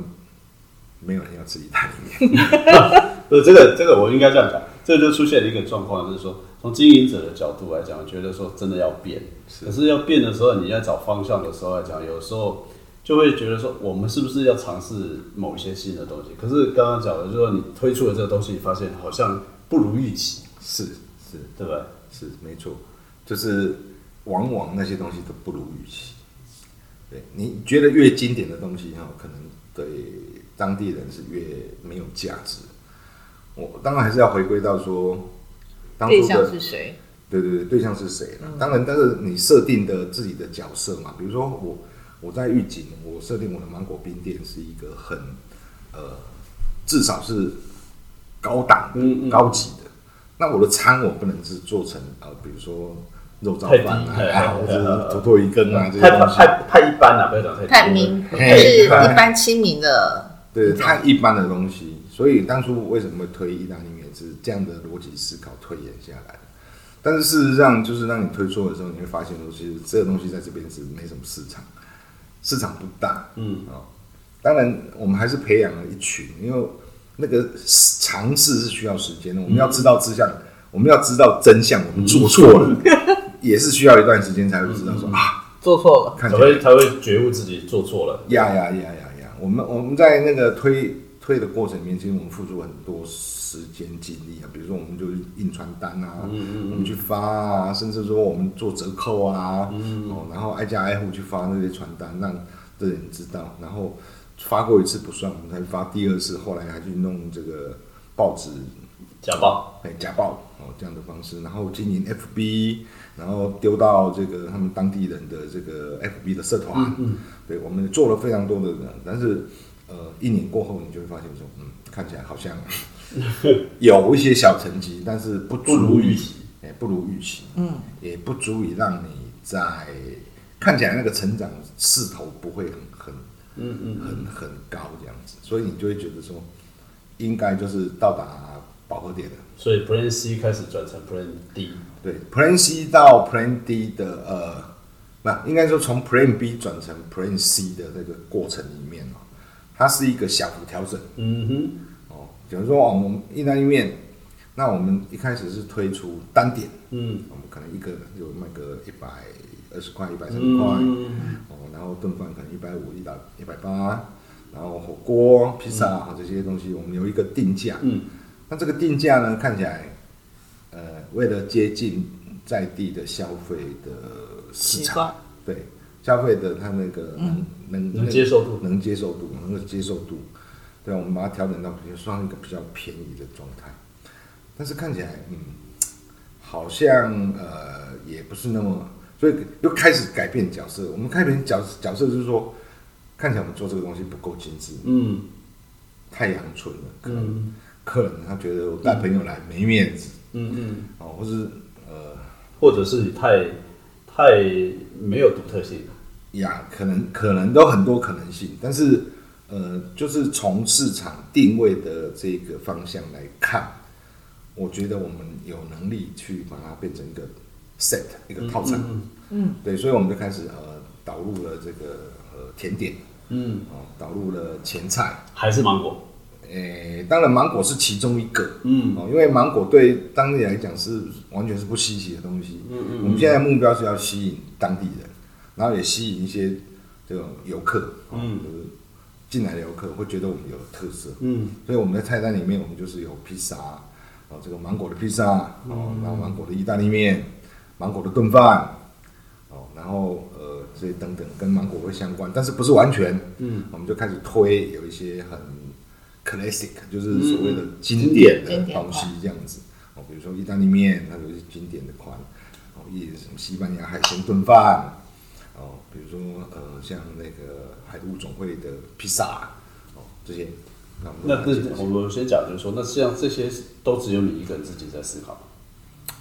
Speaker 3: 没有人要吃意大利面。
Speaker 1: 不是这个这个我应该这样讲，这就出现了一个状况，就是说从经营者的角度来讲，我觉得说真的要变，可是要变的时候，你要找方向的时候来讲，有时候就会觉得说我们是不是要尝试某一些新的东西？可是刚刚讲的就是说你推出了这个东西，你发现好像不如预期，
Speaker 3: 是是
Speaker 1: 对吧？
Speaker 3: 是，没错，就是往往那些东西都不如预期。对，你觉得越经典的东西哈，可能对当地人是越没有价值。我当然还是要回归到说，当初
Speaker 4: 对
Speaker 3: 的
Speaker 4: 象是谁？
Speaker 3: 对对对，对象是谁呢？
Speaker 1: 嗯
Speaker 3: 当然，但是你设定的自己的角色嘛，比如说我我在预警，我设定我的芒果冰店是一个很呃，至少是高档的、
Speaker 1: 嗯嗯
Speaker 3: 高级的。那我的餐我不能是做成呃，比如说肉燥饭
Speaker 1: 太低
Speaker 3: 啊，啊
Speaker 1: 嘿
Speaker 3: 或
Speaker 1: 嘿
Speaker 3: 者
Speaker 1: 嘿嗯
Speaker 3: 土豆一根啊这些
Speaker 1: 太
Speaker 3: 东西，
Speaker 1: 太太一般了，不要讲太
Speaker 4: 太
Speaker 1: 低了
Speaker 4: 明，就
Speaker 3: 嘿
Speaker 4: 是一般亲民 的，
Speaker 3: 对，太一般的东西。所以当初为什么会推意大利面是这样的逻辑思考推演下来的。但是事实上，就是当你推出的时候，你会发现说，其实这个东西在这边是没什么市场，市场不大。
Speaker 1: 嗯
Speaker 3: 啊、当然我们还是培养了一群，因为那个尝试是需要时间的。我们要知道真相，我们要知道真相，我们做错了，也是需要一段时间才会知道说啊，
Speaker 4: 做错了，
Speaker 3: 看起
Speaker 1: 才
Speaker 3: 来
Speaker 1: 会才会觉悟自己做错了。
Speaker 3: 呀呀呀呀呀！我们我们在那个推推的过程里面，其实我们付出很多时间精力啊，比如说我们就印传单啊，我们去发啊，甚至说我们做折扣啊，哦，然后挨家挨户去发那些传单，让这人知道，然后发过一次不算，我们才发第二次，后来还去弄这个报纸
Speaker 1: 假报，
Speaker 3: 哎假报哦这样的方式，然后经营 FB，然后丢到这个他们当地人的这个 FB 的社团，
Speaker 1: 嗯
Speaker 3: 对我们做了非常多的人，但是呃一年过后你就会发现说，嗯，看起来好像 有一些小成绩，但是不
Speaker 1: 不如
Speaker 3: 足
Speaker 1: 预
Speaker 3: 以
Speaker 1: 期，
Speaker 3: 哎不如预期，
Speaker 4: 嗯，
Speaker 3: 也不足以让你在看起来那个成长势头不会很很
Speaker 1: 嗯嗯，
Speaker 3: 很很高这样子，所以你就会觉得说，应该就是到达饱和点了。
Speaker 1: 所以 Plan C 开始转成 Plan D，
Speaker 3: 对，Plan C 到 Plan D 的呃，不，应该说从 Plan B 转成 Plan C 的那个过程里面哦，它是一个小幅调整
Speaker 1: 嗯哼，
Speaker 3: 哦。假如说哦，我们意大利面，那我们一开始是推出单点，
Speaker 1: 嗯
Speaker 3: 我们可能一个有卖个一百二十块、一百三十块，
Speaker 1: 嗯，
Speaker 3: 哦，然后炖饭可能一百五、一百一百八，然后火锅、披萨啊这些东西，我们有一个定价。
Speaker 1: 嗯，
Speaker 3: 那这个定价呢，看起来，呃，为了接近在地的消费的市
Speaker 4: 习
Speaker 3: 场
Speaker 4: 惯，嗯
Speaker 3: 对消费的它那个能、能
Speaker 1: 能接受度
Speaker 3: 能接受度，能够接受度，对，我们把它调整到比如说一个比较便宜的状态，但是看起来，嗯，好像呃也不是那么，所以又开始改变角色。我们改变角角色就是说，看起来我们做这个东西不够精致，
Speaker 1: 嗯
Speaker 3: 太阳春了，可能、
Speaker 1: 嗯
Speaker 3: 客人他觉得我带朋友来没面子
Speaker 1: 嗯嗯，
Speaker 3: 哦，或是呃
Speaker 1: 或者是你太太没有独特性，
Speaker 3: 呀，可能可能都很多可能性，但是呃，就是从市场定位的这个方向来看，我觉得我们有能力去把它变成一个 set 一个套餐，
Speaker 1: 嗯
Speaker 3: 对，所以我们就开始呃导入了这个呃甜点
Speaker 1: 嗯，
Speaker 3: 哦，导入了前菜，
Speaker 1: 还是芒果，
Speaker 3: 诶，当然芒果是其中一个，
Speaker 1: 嗯
Speaker 3: 哦，因为芒果对当地来讲是完全是不稀奇的东西，嗯嗯，我们现在目标是要吸引当地人，然后也吸引一些这种游客，
Speaker 1: 嗯
Speaker 3: 嗯，就是进来的游客会觉得我们有特色，
Speaker 1: 嗯
Speaker 3: 所以我们的菜单里面我们就是有披萨，哦，这个芒果的披萨，哦，然后芒果的意大利面，芒果的炖饭，哦，然后呃这些等等跟芒果会相关，但是不是完全，嗯，我们就开始推有一些很 classic，就是所谓的经典的
Speaker 4: 经典
Speaker 3: 东西这样子，哦，比如说意大利面，它有一些经典的款，哦，一什么西班牙海鲜炖饭，哦，比如说呃像那个海陆总会的披萨，哦这些，那我们
Speaker 1: 那
Speaker 3: 把它
Speaker 1: 那
Speaker 3: 介绍
Speaker 1: 我们先讲，就是说，那像这些都只有你一个人自己在思考嘛，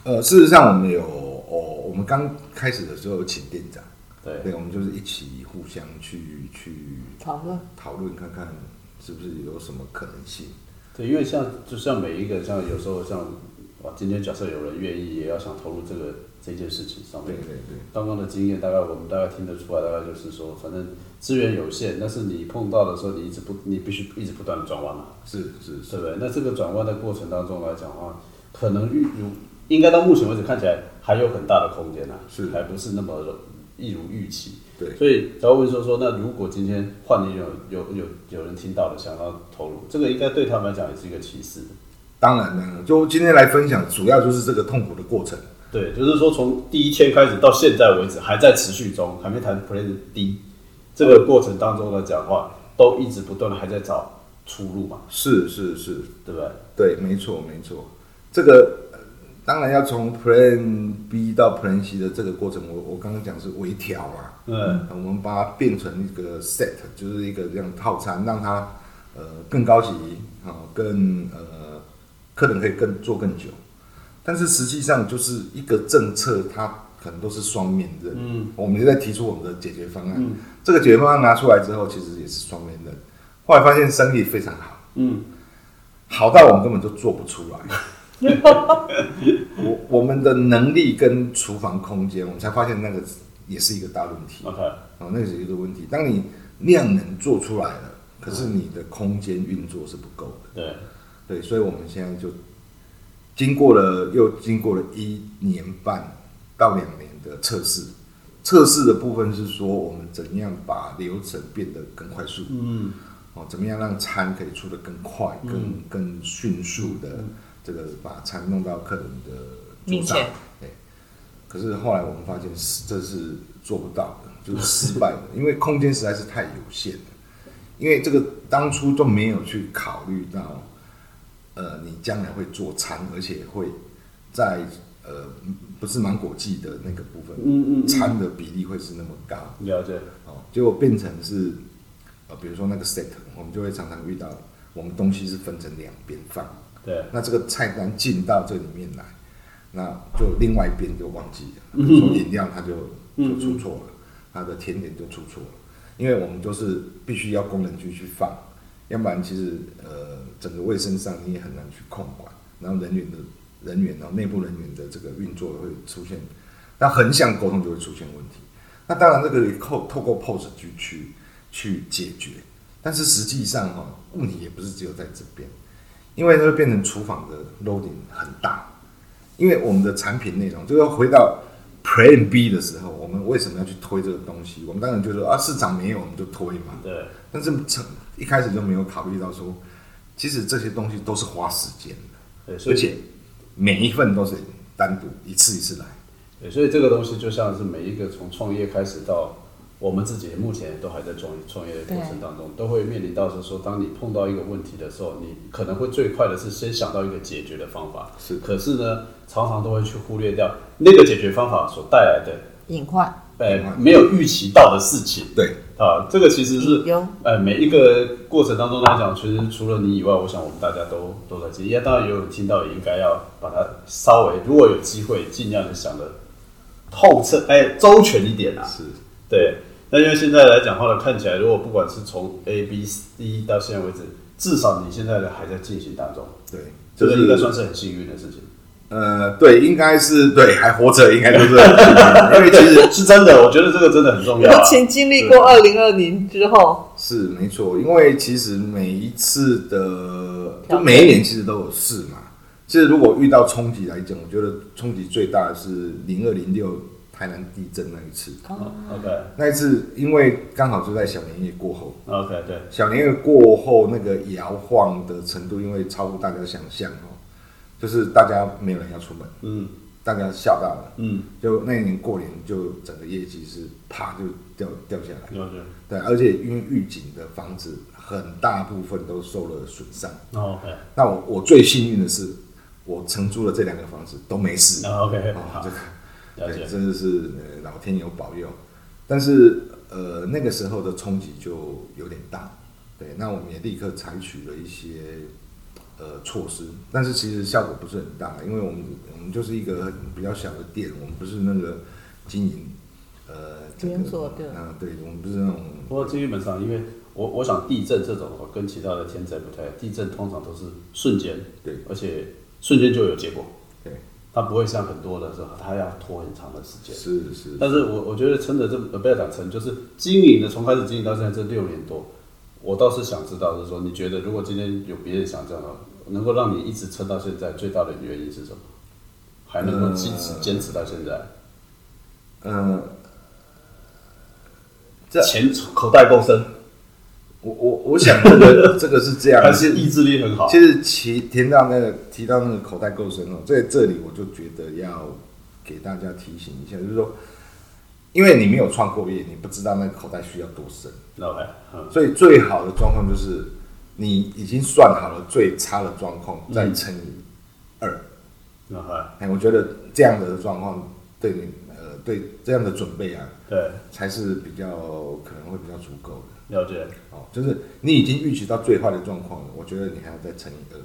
Speaker 3: 呃，事实上我们有哦，我们刚开始的时候有请店长，
Speaker 1: 对
Speaker 3: 对，我们就是一起互相去去
Speaker 4: 讨论
Speaker 3: 讨论看看是不是有什么可能性。
Speaker 1: 对，因为像就像每一个像有时候像哇，今天假设有人愿意也要想投入这个这件事情上
Speaker 3: 对
Speaker 1: 面，
Speaker 3: 对对，
Speaker 1: 刚刚的经验大概我们大概听得出来，大概就是说，反正资源有限，但是你碰到的时候，你一直不你必须一直不断的转弯嘛，
Speaker 3: 是是是，
Speaker 1: 对不对？那这个转弯的过程当中来讲的话，可能遇如应该到目前为止看起来还有很大的空间啊，
Speaker 3: 是
Speaker 1: 还不是那么容一如预期。
Speaker 3: 对
Speaker 1: 所以才会问说说，那如果今天换你有有有有人听到了，想要投入，这个应该对他们来讲也是一个启示。
Speaker 3: 当然呢，就今天来分享，主要就是这个痛苦的过程。
Speaker 1: 对，就是说从第一天开始到现在为止，还在持续中，还没谈 Plan D 这个过程当中的讲话，都一直不断的还在找出路嘛，
Speaker 3: 是是是，
Speaker 1: 对不对？
Speaker 3: 对，没错没错，这个。呃当然要从 Plan B 到 Plan C 的这个过程，我我刚刚讲是微调啊，
Speaker 1: 嗯，
Speaker 3: 我们把它变成一个 set，就是一个这样套餐，让它呃更高级，啊、更呃客人可以更做更久。但是实际上就是一个政策，它可能都是双面刃。嗯，我们就在提出我们的解决方案。这个解决方案拿出来之后，其实也是双面刃。后来发现生意非常好，
Speaker 1: 嗯，
Speaker 3: 好到我们根本就做不出来。 我我们的能力跟厨房空间，我们才发现那个也是一个大问题。
Speaker 1: OK，
Speaker 3: 哦，那是一个问题。当你量能做出来了，可是你的空间运作是不够的。
Speaker 1: 对，
Speaker 3: 对，所以我们现在就经过了又经过了一年半到两年的测试。测试的部分是说，我们怎样把流程变得更快速，
Speaker 1: 嗯，
Speaker 3: 哦，怎么样让餐可以出得更快、更、更迅速的，这个把餐弄到客人的桌
Speaker 4: 面
Speaker 3: 上
Speaker 4: 前。
Speaker 3: 对，可是后来我们发现是这是做不到的，就是失败的，因为空间实在是太有限了。因为这个当初都没有去考虑到，呃，你将来会做餐，而且会在呃不是芒果季的那个部分，
Speaker 1: 嗯嗯嗯
Speaker 3: 餐的比例会是那么高。
Speaker 1: 了解，
Speaker 3: 哦，结果变成是，呃，比如说那个 set，我们就会常常遇到，我们东西是分成两边放，
Speaker 1: 对，
Speaker 3: 那这个菜单进到这里面来，那就另外一边就忘记了，比如说饮料它就就出错了，它的甜点就出错了，因为我们都是必须要功能区去放，要不然其实呃整个卫生上你也很难去控管，然后人员的人员然后内部人员的这个运作会出现，那横向沟通就会出现问题。那当然这个也透透过 POS 去去去解决，但是实际上哈、哦、问题也不是只有在这边。因为它会变成厨房的 loading 很大。因为我们的产品内容，就要回到 Plan B 的时候，我们为什么要去推这个东西？我们当然就说啊，市场没有我们就推嘛。
Speaker 1: 对，
Speaker 3: 但是从一开始就没有考虑到说，其实这些东西都是花时间的，
Speaker 1: 对，所
Speaker 3: 而
Speaker 1: 以
Speaker 3: 且每一份都是单独一次一次来。
Speaker 1: 对，所以这个东西就像是每一个从创业开始到我们自己目前都还在创创业的过程当中，都会面临到是说，当你碰到一个问题的时候，你可能会最快的是先想到一个解决的方法，
Speaker 3: 是
Speaker 1: 可是呢，常常都会去忽略掉那个解决方法所带来的
Speaker 4: 隐患，
Speaker 1: 呃没有预期到的事情。
Speaker 3: 对，
Speaker 1: 啊，这个其实是
Speaker 4: 隐忧
Speaker 1: 呃每一个过程当中来讲，其实除了你以外，我想我们大家都都在经历。当然也有人听到，也应该要把它稍微，如果有机会，尽量的想的透彻，哎，周全一点啊。
Speaker 3: 是
Speaker 1: 对，那因为现在来讲话呢，看起来如果不管是从 A、B、C 到现在为止，至少你现在还在进行当中，
Speaker 3: 对，
Speaker 1: 这
Speaker 3: 就
Speaker 1: 个应该
Speaker 3: 是
Speaker 1: 算是很幸运的 事情。
Speaker 3: 呃，对，应该是对，还活着，应 该就是， 因为其实
Speaker 1: 是真的，我觉得这个真的很重 要、啊
Speaker 4: 尤。其经历过二零二零之后，
Speaker 3: 是没错，因为其实每一次的，
Speaker 4: 挑
Speaker 3: 就
Speaker 4: 战
Speaker 3: 每一年其实都有事嘛。其实如果遇到冲击来讲，我觉得冲击最大的是零二零六台南地震那一次。
Speaker 1: OK
Speaker 3: 那一次因为刚好就在小年夜过后，
Speaker 1: OK，对，
Speaker 3: 小年夜过后那个摇晃的程度，因为超乎大家想象哦，就是大家没有人要出门，
Speaker 1: 嗯
Speaker 3: 大家吓到了，
Speaker 1: 嗯，
Speaker 3: 就那一年过年就整个业绩是啪就掉掉下来，
Speaker 1: 了解。
Speaker 3: 对，而且因为预警的房子很大部分都受了损伤。
Speaker 1: 那哦 OK，
Speaker 3: 那我我最幸运的是，我承租了这两个房子都没事。
Speaker 1: 那啊 OK，
Speaker 3: 哦
Speaker 1: 好
Speaker 3: 这，
Speaker 1: 了
Speaker 3: 个
Speaker 1: 解
Speaker 3: 对，。真的是呃老天有保佑。但是呃那个时候的冲击就有点大，对，那我们也立刻采取了一些呃措施，但是其实效果不是很大，因为我们我们就是一个比较小的店，我们不是那个经营呃这个
Speaker 4: 连锁店
Speaker 3: 啊，对，我们不是那种
Speaker 1: 不过基本上，因为我我想地震这种哦跟其他的天灾不太一样，地震通常都是瞬间，
Speaker 3: 对
Speaker 1: 而且瞬间就有结果，
Speaker 3: 对，
Speaker 1: 它不会像很多的时候，它要拖很长的时间。
Speaker 3: 是是
Speaker 1: 但是我我觉得撑着这呃不要讲撑，就是经营的从开始经营到现在这六年多，我倒是想知道，就是说你觉得如果今天有别人想这样的话，能够让你一直撑到现在，最大的原因是什么？还能够坚持坚持到现在，
Speaker 3: 呃，这
Speaker 1: 钱口袋够深，
Speaker 3: 我我我想这个这个是这样，
Speaker 1: 还
Speaker 3: 其
Speaker 1: 是呃意
Speaker 3: 实
Speaker 1: 志力很好。
Speaker 3: 其实提提到那个提到那个口袋够深哦，在这里我就觉得要给大家提醒一下，就是说，因为你没有创过业，你不知道那个口袋需要多深，
Speaker 1: 老板，嗯，
Speaker 3: 所以最好的状况就是你已经算好了最差的状况，
Speaker 1: 嗯
Speaker 3: 再乘以二。
Speaker 1: 老板，
Speaker 3: 哎，我觉得这样的状况对你呃对这样的准备啊，
Speaker 1: 对，
Speaker 3: 才是比较可能会比较足够的。
Speaker 1: 了解，
Speaker 3: 哦，就是你已经预期到最坏的状况了，我觉得你还要再乘以二，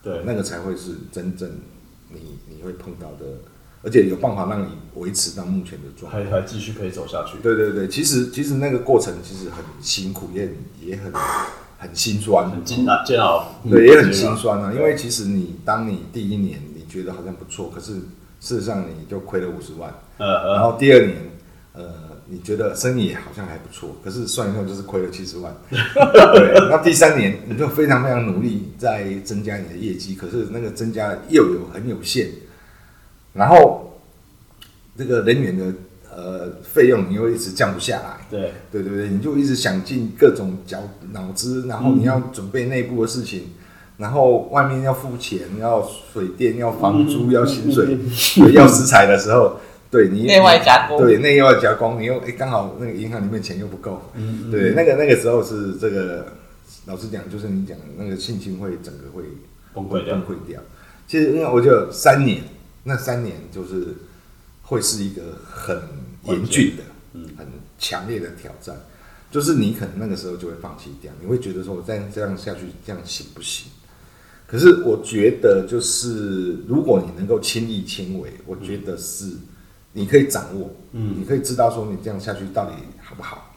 Speaker 1: 对，
Speaker 3: 那个才会是真正你你会碰到的，而且有办法让你维持到目前的状态。
Speaker 1: 还还继续可以走下去。
Speaker 3: 对对对，其实其实那个过程其实很辛苦，也很也很很心酸，
Speaker 1: 很煎熬，煎熬，
Speaker 3: 对，也很
Speaker 1: 煎
Speaker 3: 心
Speaker 1: 熬
Speaker 3: 酸啊。因为其实你当你第一年你觉得好像不错，可是事实上你就亏了五十万，
Speaker 1: 呃
Speaker 3: 然
Speaker 1: 呃，
Speaker 3: 后第二年，呃，你觉得生意好像还不错，可是算一算就是亏了七十万。对，那第三年你就非常非常努力在增加你的业绩，可是那个增加又有很有限，然后那个人员的呃费用你又一直降不下来。
Speaker 1: 对，
Speaker 3: 对对对，你就一直想尽各种绞脑汁，然后你要准备内部的事情，然后外面要付钱，要水电，要房租，要薪水，对要食材的时候，对你
Speaker 4: 内外夹攻
Speaker 3: 对内外夹攻，你又哎刚好那个银行里面钱又不够，对，那个那个时候是这个，老实讲，就是你讲的那个信心会整个会
Speaker 1: 崩
Speaker 3: 会
Speaker 1: 溃掉
Speaker 3: 崩，溃掉。其实，因为我觉得三年，那三年就是会是一个很严峻的、很强烈的挑战，就是你可能那个时候就会放弃掉，你会觉得说我这样这样下去，这样行不行？可是我觉得，就是如果你能够亲力亲为，我觉得是你可以掌握，嗯，你可以知道说你这样下去到底好不好。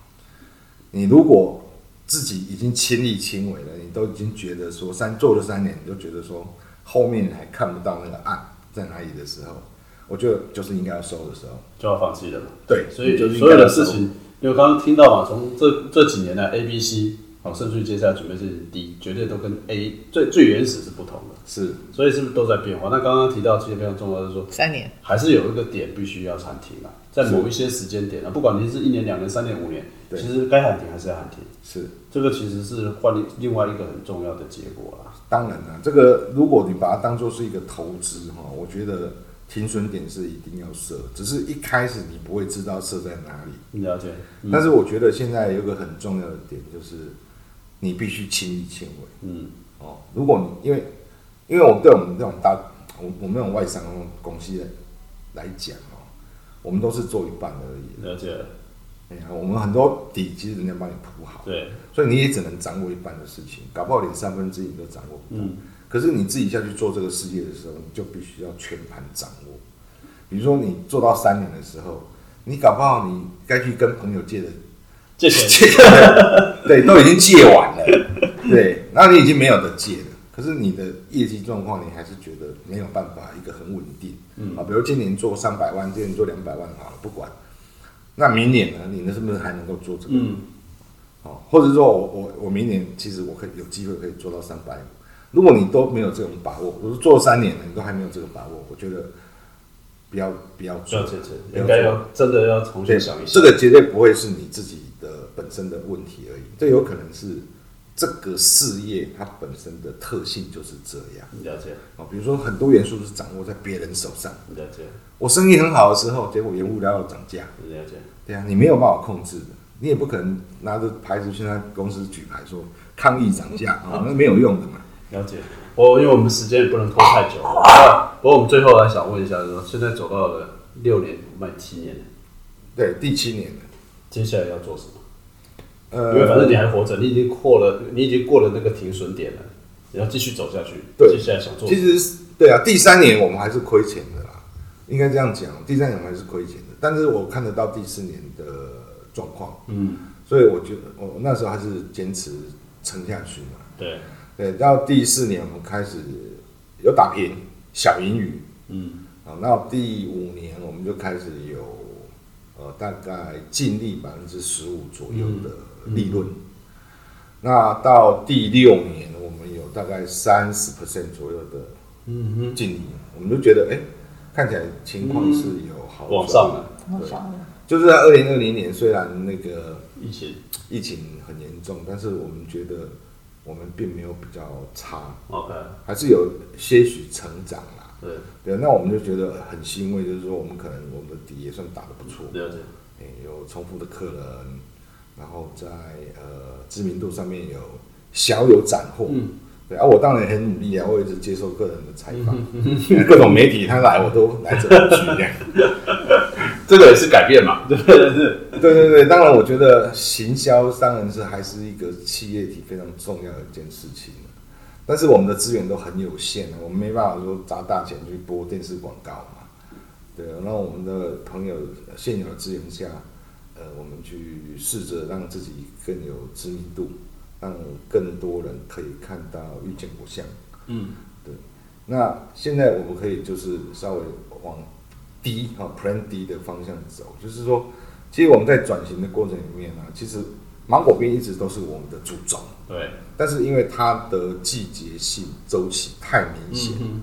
Speaker 3: 你如果自己已经亲力亲为了，你都已经觉得说三做了三年，你就觉得说后面还看不到那个岸在哪里的时候，我觉得就是应该要收的时候。
Speaker 1: 就要放弃了嘛。
Speaker 3: 对，
Speaker 1: 所以
Speaker 3: 就是应该
Speaker 1: 所有的
Speaker 3: 要收
Speaker 1: 事情，因为刚刚听到嘛，从这这几年来 A、B、C，好，甚至于接下来准备是 D，绝对都跟 A 最最原始是不同的，
Speaker 3: 是
Speaker 1: 所以是不是都在变化？那刚刚提到这些非常重要，就是说
Speaker 4: 三年，
Speaker 1: 还是有一个点必须要喊停啊，在某一些时间点啊，不管您是一年、两年、三年、五年，
Speaker 3: 对
Speaker 1: 其实该喊停还是要喊停，
Speaker 3: 是，
Speaker 1: 这个其实是换另另外一个很重要的结果啊啦。
Speaker 3: 当然了，这个如果你把它当做是一个投资哈，我觉得停损点是一定要设，只是一开始你不会知道设在哪里。
Speaker 1: 了解，嗯
Speaker 3: 但是我觉得现在有一个很重要的点就是，你必须亲力亲为。
Speaker 1: 嗯，
Speaker 3: 哦，如果你因为因为我们对我们这种大我我们这种外商公司来讲哦，我们都是做一半而已。
Speaker 1: 了解，
Speaker 3: 哎呀，我们很多底其实人家帮你铺好，
Speaker 1: 对，
Speaker 3: 所以你也只能掌握一半的事情，搞不好连三分之一你都掌握不到。
Speaker 1: 嗯
Speaker 3: 可是你自己下去做这个事业的时候，你就必须要全盘掌握。比如说你做到三年的时候，你搞不好你该去跟朋友借的
Speaker 1: 这些
Speaker 3: 借了，对，都已经借完了，对，那你已经没有得借了。可是你的业绩状况，你还是觉得没有办法一个很稳定，嗯啊，比如今年做三百万，今年做两百万好了，不管。那明年呢？你呢是不是还能够做这个？
Speaker 1: 嗯，
Speaker 3: 哦，或者说我我我明年其实我可以有机会可以做到三百五。如果你都没有这种把握，我是做三年了，你都还没有这个把握，我觉得不要不要
Speaker 1: 不
Speaker 3: 做
Speaker 1: 要，借钱，
Speaker 3: 不要
Speaker 1: 应该
Speaker 3: 做
Speaker 1: 要真的要重
Speaker 3: 对，
Speaker 1: 新想一想。
Speaker 3: 这个绝对不会是你自己的本身的问题而已，这有可能是这个事业它本身的特性就是这样
Speaker 1: 了解，
Speaker 3: 哦。比如说很多元素是掌握在别人手上，
Speaker 1: 了解，
Speaker 3: 我生意很好的时候，结果原物料要涨价，
Speaker 1: 了解，
Speaker 3: 对啊，你没有办法控制的，你也不可能拿着牌子去他公司举牌说抗议涨价啊，那没有用的嘛。
Speaker 1: 了解。我因为我们时间也不能拖太久 了，不过我们最后还想问一下，就是说现在走到了六年，迈七年了，
Speaker 3: 对，第七年了，
Speaker 1: 接下来要做什么？
Speaker 3: 呃，
Speaker 1: 因为反正你还活着，你已经过了，你已经过了那个停损点了，你要继续走下去。
Speaker 3: 对
Speaker 1: 接下来想做什
Speaker 3: 其
Speaker 1: 么，
Speaker 3: 实是对啊，第三年我们还是亏钱的啦，应该这样讲，第三年我们还是亏钱的。但是我看得到第四年的状况，
Speaker 1: 嗯，
Speaker 3: 所以我觉得我那时候还是坚持撑下去嘛。
Speaker 1: 对，
Speaker 3: 对，到第四年我们开始有打平，小盈余
Speaker 1: 嗯，
Speaker 3: 啊。那第五年我们就开始有呃大概净利百分之十五左右的利润。
Speaker 1: 嗯
Speaker 3: 那到第六年我们有大概三十 percent 左右的
Speaker 1: 嗯哼，
Speaker 3: 进入，我们就觉得哎、看起来情况是有好转
Speaker 1: 往上了，
Speaker 4: 我想
Speaker 3: 就是在二零二零年，虽然那个
Speaker 1: 疫情
Speaker 3: 疫情很严重，但是我们觉得我们并没有比较差，
Speaker 1: ，OK，
Speaker 3: 还是有些许成长啦。
Speaker 1: 对，
Speaker 3: 对，那我们就觉得很欣慰，就是说我们可能我们的底也算打得不错，
Speaker 1: 了解，
Speaker 3: 哎有重复的客人，然后在呃知名度上面有小有斩获。
Speaker 1: 嗯，
Speaker 3: 对啊，我当然很努力啊，我一直接受个人的采访， 各种媒体他来我都来这里去这样。
Speaker 1: 这个也是改变嘛，对对对，
Speaker 3: 对对对，当然我觉得行销当然是还是一个企业体非常重要的一件事情，但是我们的资源都很有限啊，我们没办法说砸大钱去播电视广告嘛。对，那我们的朋友现有的资源下，呃，我们去试着让自己更有知名度，让更多人可以看到遇见果像。
Speaker 1: 嗯，
Speaker 3: 那现在我们可以就是稍微往 D 哈、Plan D 的方向走，就是说，其实我们在转型的过程里面呢、其实芒果冰一直都是我们的主轴，
Speaker 1: 对，
Speaker 3: 但是因为它的季节性周期太明显，
Speaker 1: 嗯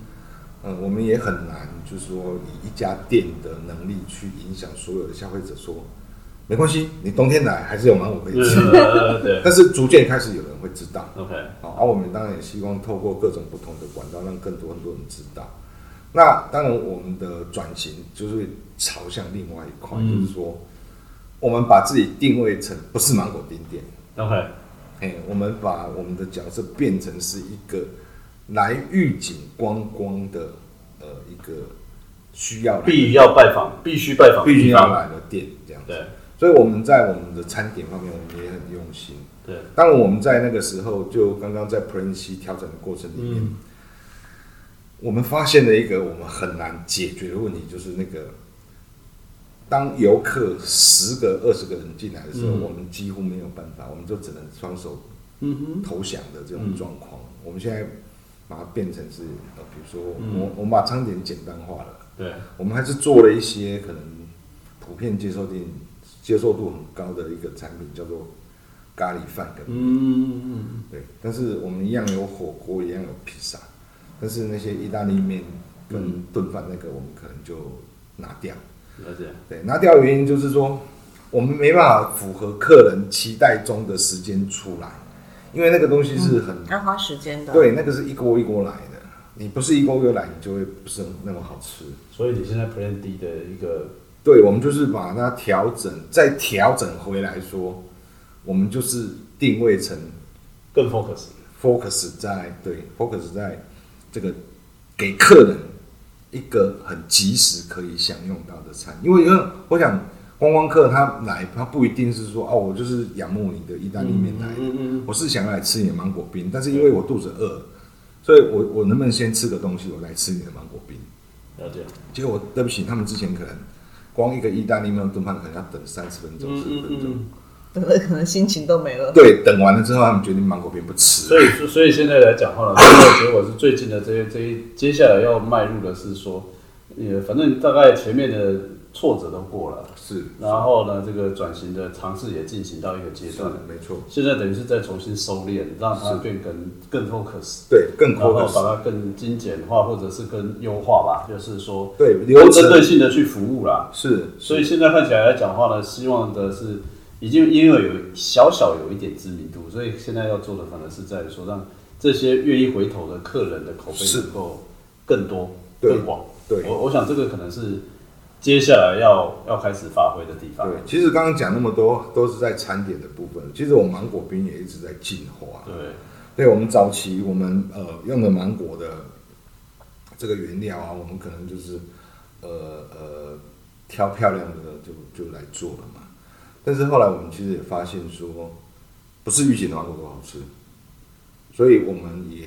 Speaker 3: 嗯，我们也很难，就是说以一家店的能力去影响所有的消费者说，没关系，你冬天来还是有芒果可以吃，
Speaker 1: 哼，对
Speaker 3: 但是逐渐开始有人会知道。
Speaker 1: ，OK，
Speaker 3: 好，而、啊我们当然也希望透过各种不同的管道，让更多很多人知道。那当然，我们的转型就是朝向另外一块，
Speaker 1: 嗯
Speaker 3: 就是说，我们把自己定位成不是芒果冰店，
Speaker 1: ，OK，
Speaker 3: 嘿，我们把我们的角色变成是一个来预警观光的呃一个需要来
Speaker 1: 必要拜访，必须拜访，
Speaker 3: 必须要，来的店这样子。
Speaker 1: 对
Speaker 3: 所以我们在我们的餐点方面，我们也很用心。
Speaker 1: 对，
Speaker 3: 当然，我们在那个时候就刚刚在 Plan C 调整的过程里面，
Speaker 1: 嗯
Speaker 3: 我们发现了一个我们很难解决的问题，就是那个当游客十个、二十个人进来的时候，
Speaker 1: 嗯
Speaker 3: 我们几乎没有办法，我们就只能双手
Speaker 1: 嗯
Speaker 3: 投降的这种状况。我们现在把它变成是呃，比如说
Speaker 1: 嗯
Speaker 3: 我我们把餐点简单化了，
Speaker 1: 哼，对，
Speaker 3: 我们还是做了一些可能普遍接受定接受度很高的一个产品，叫做咖喱饭跟
Speaker 1: 嗯，
Speaker 3: 对，但是我们一样有火锅，一样有披萨，但是那些意大利面跟炖饭那个，我们可能就拿掉。
Speaker 1: 了解，
Speaker 3: 对，拿掉的原因就是说，我们没办法符合客人期待中的时间出来，因为那个东西是很、
Speaker 4: 要花时间的。，
Speaker 3: 对，那个是一锅一锅来的，你不是一锅一锅来，你就会不是那么好吃。
Speaker 1: 所以你现在 Plan D 的一个
Speaker 3: 对，我们就是把它调整，再调整回来说，我们就是定位成
Speaker 1: 更 focus，
Speaker 3: focus 在对 focus 在这个给客人一个很及时可以享用到的餐，因为因为我想观光客他来，他不一定是说哦，我就是仰慕你的意大利面来的，
Speaker 1: 嗯嗯
Speaker 3: 我是想要来吃你的芒果冰，但是因为我肚子饿，所以我我能不能先吃个东西，我来吃你的芒果冰？
Speaker 1: 了解，
Speaker 3: 结果对不起，他们之前可能光一个意大利面炖饭可能要等三十
Speaker 1: 嗯
Speaker 3: 分钟、四十分钟，
Speaker 4: 等了 可能心情都没了。
Speaker 3: 对，等完了之后他们决定芒果冰不吃了。
Speaker 1: 所以，所所以现在来讲的话呢，最后结果是最近的这这一接下来要迈入的是说，也反正大概前面的挫折都过了，
Speaker 3: 是
Speaker 1: 然后呢，这个转型的尝试也进行到一个阶
Speaker 3: 是
Speaker 1: 段了，
Speaker 3: 没错，
Speaker 1: 现在等于是再重新收敛，让它变更更 focus，
Speaker 3: 对，更
Speaker 1: 然后
Speaker 3: focus
Speaker 1: 把它更精简化或者是更优化吧，就是说
Speaker 3: 对，流
Speaker 1: 更针对
Speaker 3: 程
Speaker 1: 性的去服务啦。
Speaker 3: 是，
Speaker 1: 所以现在看起来来讲的话呢，希望的是已经因为有小小有一点知名度，所以现在要做的反而是在于说，让这些愿意回头的客人的口碑
Speaker 3: 是
Speaker 1: 能够更多、
Speaker 3: 对
Speaker 1: 更广。
Speaker 3: 对
Speaker 1: 我我想这个可能是接下来要要开始发挥的地方。
Speaker 3: 对，其实刚刚讲那么多都是在餐点的部分，其实我们芒果冰也一直在进化。
Speaker 1: 对
Speaker 3: 对我们早期我们呃用的芒果的这个原料啊，我们可能就是呃呃挑漂亮的就就来做了嘛。但是后来我们其实也发现说，不是预警的芒果都好吃，所以我们也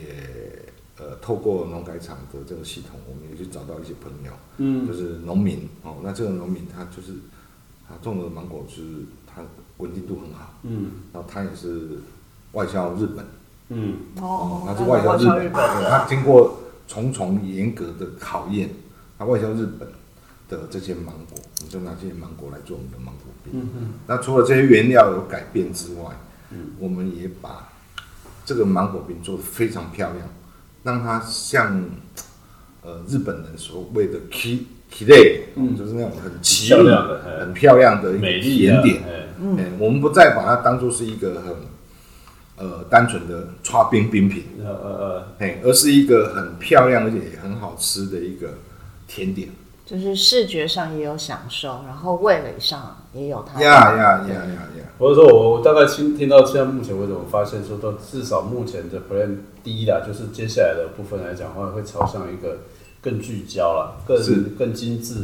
Speaker 3: 呃透过农改场的这个系统，我们也去找到一些朋友，
Speaker 1: 嗯
Speaker 3: 就是农民哦，那这个农民他就是他种的芒果是他稳定度很好，
Speaker 1: 嗯
Speaker 3: 然后他也是外销日本。
Speaker 1: 嗯，
Speaker 4: 哦
Speaker 3: 它是外销日本，对，它经过重重严格的考验，它外销日本的这些芒果，我们就拿这些芒果来做我们的芒果冰。
Speaker 1: 嗯嗯
Speaker 3: 那除了这些原料有改变之外，我们也把这个芒果冰做得非常漂亮，让它像呃日本人所谓的 ki ki day，、
Speaker 1: 嗯
Speaker 3: 就是那种很奇
Speaker 1: 漂
Speaker 3: 异
Speaker 1: 亮的哎
Speaker 3: 很漂亮的一
Speaker 1: 美
Speaker 3: 个
Speaker 1: 丽的
Speaker 3: 甜点。
Speaker 1: 哎
Speaker 3: 嗯、我们不再把它当做是一个很呃单纯的刷冰冰品，
Speaker 1: 呃呃
Speaker 3: 哎，而是一个很漂亮而且也很好吃的一个甜点。
Speaker 4: 就是视觉上也有享受，然后味蕾上也有
Speaker 2: 哦
Speaker 4: 它。
Speaker 3: 呀呀呀呀呀！
Speaker 1: 呃，或者说我我大概听听到现在目前为止，我发现说到至少目前的 Plan 第一啦，就是接下来的部分来讲的话，会朝向一个更聚焦了、
Speaker 3: 是
Speaker 1: 更更精致，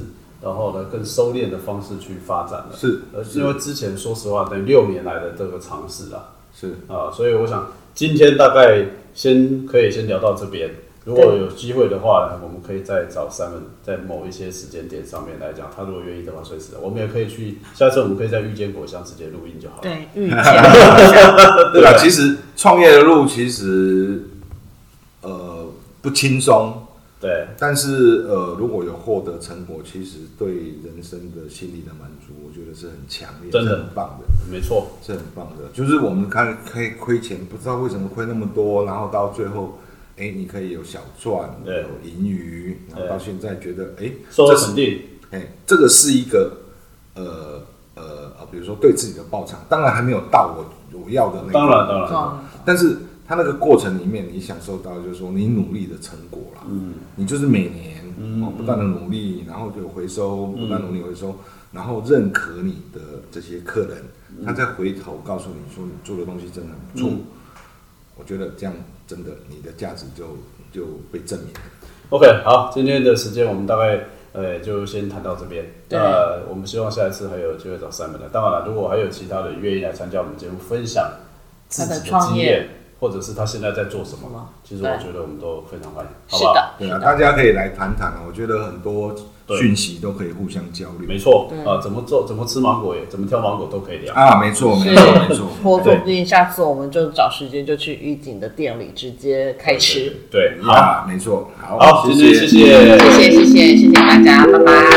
Speaker 1: 然后呢更收敛的方式去发展了。
Speaker 3: 是
Speaker 1: 呃，
Speaker 3: 是
Speaker 1: 因为之前说实话，等于六年来的这个尝试啊，
Speaker 3: 是，
Speaker 1: 啊，所以我想今天大概先可以先聊到这边。如果
Speaker 4: 对
Speaker 1: 有机会的话呢，我们可以再找 Simon 在某一些时间点上面来讲，他如果愿意的话，随时我们也可以去。下次我们可以在遇见果香直接录音就好了。
Speaker 4: 对，遇 见
Speaker 3: 对吧？其实创业的路其实呃不轻松，
Speaker 1: 对
Speaker 3: 但是呃如果有获得成果，其实对人生的心理的满足，我觉得是很强烈，
Speaker 1: 真的
Speaker 3: 是很棒的。
Speaker 1: 没错，
Speaker 3: 是很棒的。就是我们看可以亏钱，不知道为什么亏那么多，然后到最后，哎，你可以有小赚，
Speaker 1: 对
Speaker 3: 有盈余，然后
Speaker 1: 对
Speaker 3: 到现在觉得，哎，
Speaker 1: 收
Speaker 3: 这
Speaker 1: 入
Speaker 3: 是
Speaker 1: 肯定，
Speaker 3: 哎，这个是一个呃呃呃，比如说对自己的报偿，当然还没有到我我要的那个，
Speaker 1: 当然当然
Speaker 4: 状
Speaker 3: 但是它那个过程里面，你享受到就是说你努力的成果啦，
Speaker 1: 嗯，
Speaker 3: 你就是每年、
Speaker 1: 嗯
Speaker 3: 哦不断的努力，然后有回收，不断地努力回收，然后认可你的这些客人，他再回头告诉你说你做的东西真的很不错，
Speaker 1: 嗯
Speaker 3: 我觉得这样真的你的价值就就被证明了。
Speaker 1: OK，好，今天的时间我们大概呃就先谈到这边。
Speaker 4: 对
Speaker 1: 那我们希望下一次还有机会找 Simon 来。当然了，如果还有其他的愿意来参加我们节目，分享自己
Speaker 4: 他的创
Speaker 1: 经
Speaker 4: 业
Speaker 1: 验，或者是他现在在做什
Speaker 4: 什
Speaker 1: 么
Speaker 4: 么，
Speaker 1: 其实我觉得我们都非常欢迎，好
Speaker 4: 是
Speaker 1: 不好？
Speaker 4: 的，
Speaker 3: 对
Speaker 4: 是
Speaker 3: 啊，
Speaker 4: 的，
Speaker 3: 大家可以来谈谈啊，我觉得很多
Speaker 1: 对
Speaker 3: 讯息都可以互相交流
Speaker 1: 没。错
Speaker 4: 对
Speaker 1: 啊，怎么做、怎么吃芒果也，怎么挑芒果都可以聊。
Speaker 3: 啊，没错，没错，没
Speaker 4: 是
Speaker 3: 错。
Speaker 4: 或
Speaker 1: 对
Speaker 4: 说不定下次我们就找时间就去预警的店里直接开吃。
Speaker 1: 对，好，
Speaker 3: 啊，没错，好，
Speaker 1: 好，今天
Speaker 2: 谢
Speaker 1: 谢谢
Speaker 2: 谢谢谢谢谢大家，拜拜。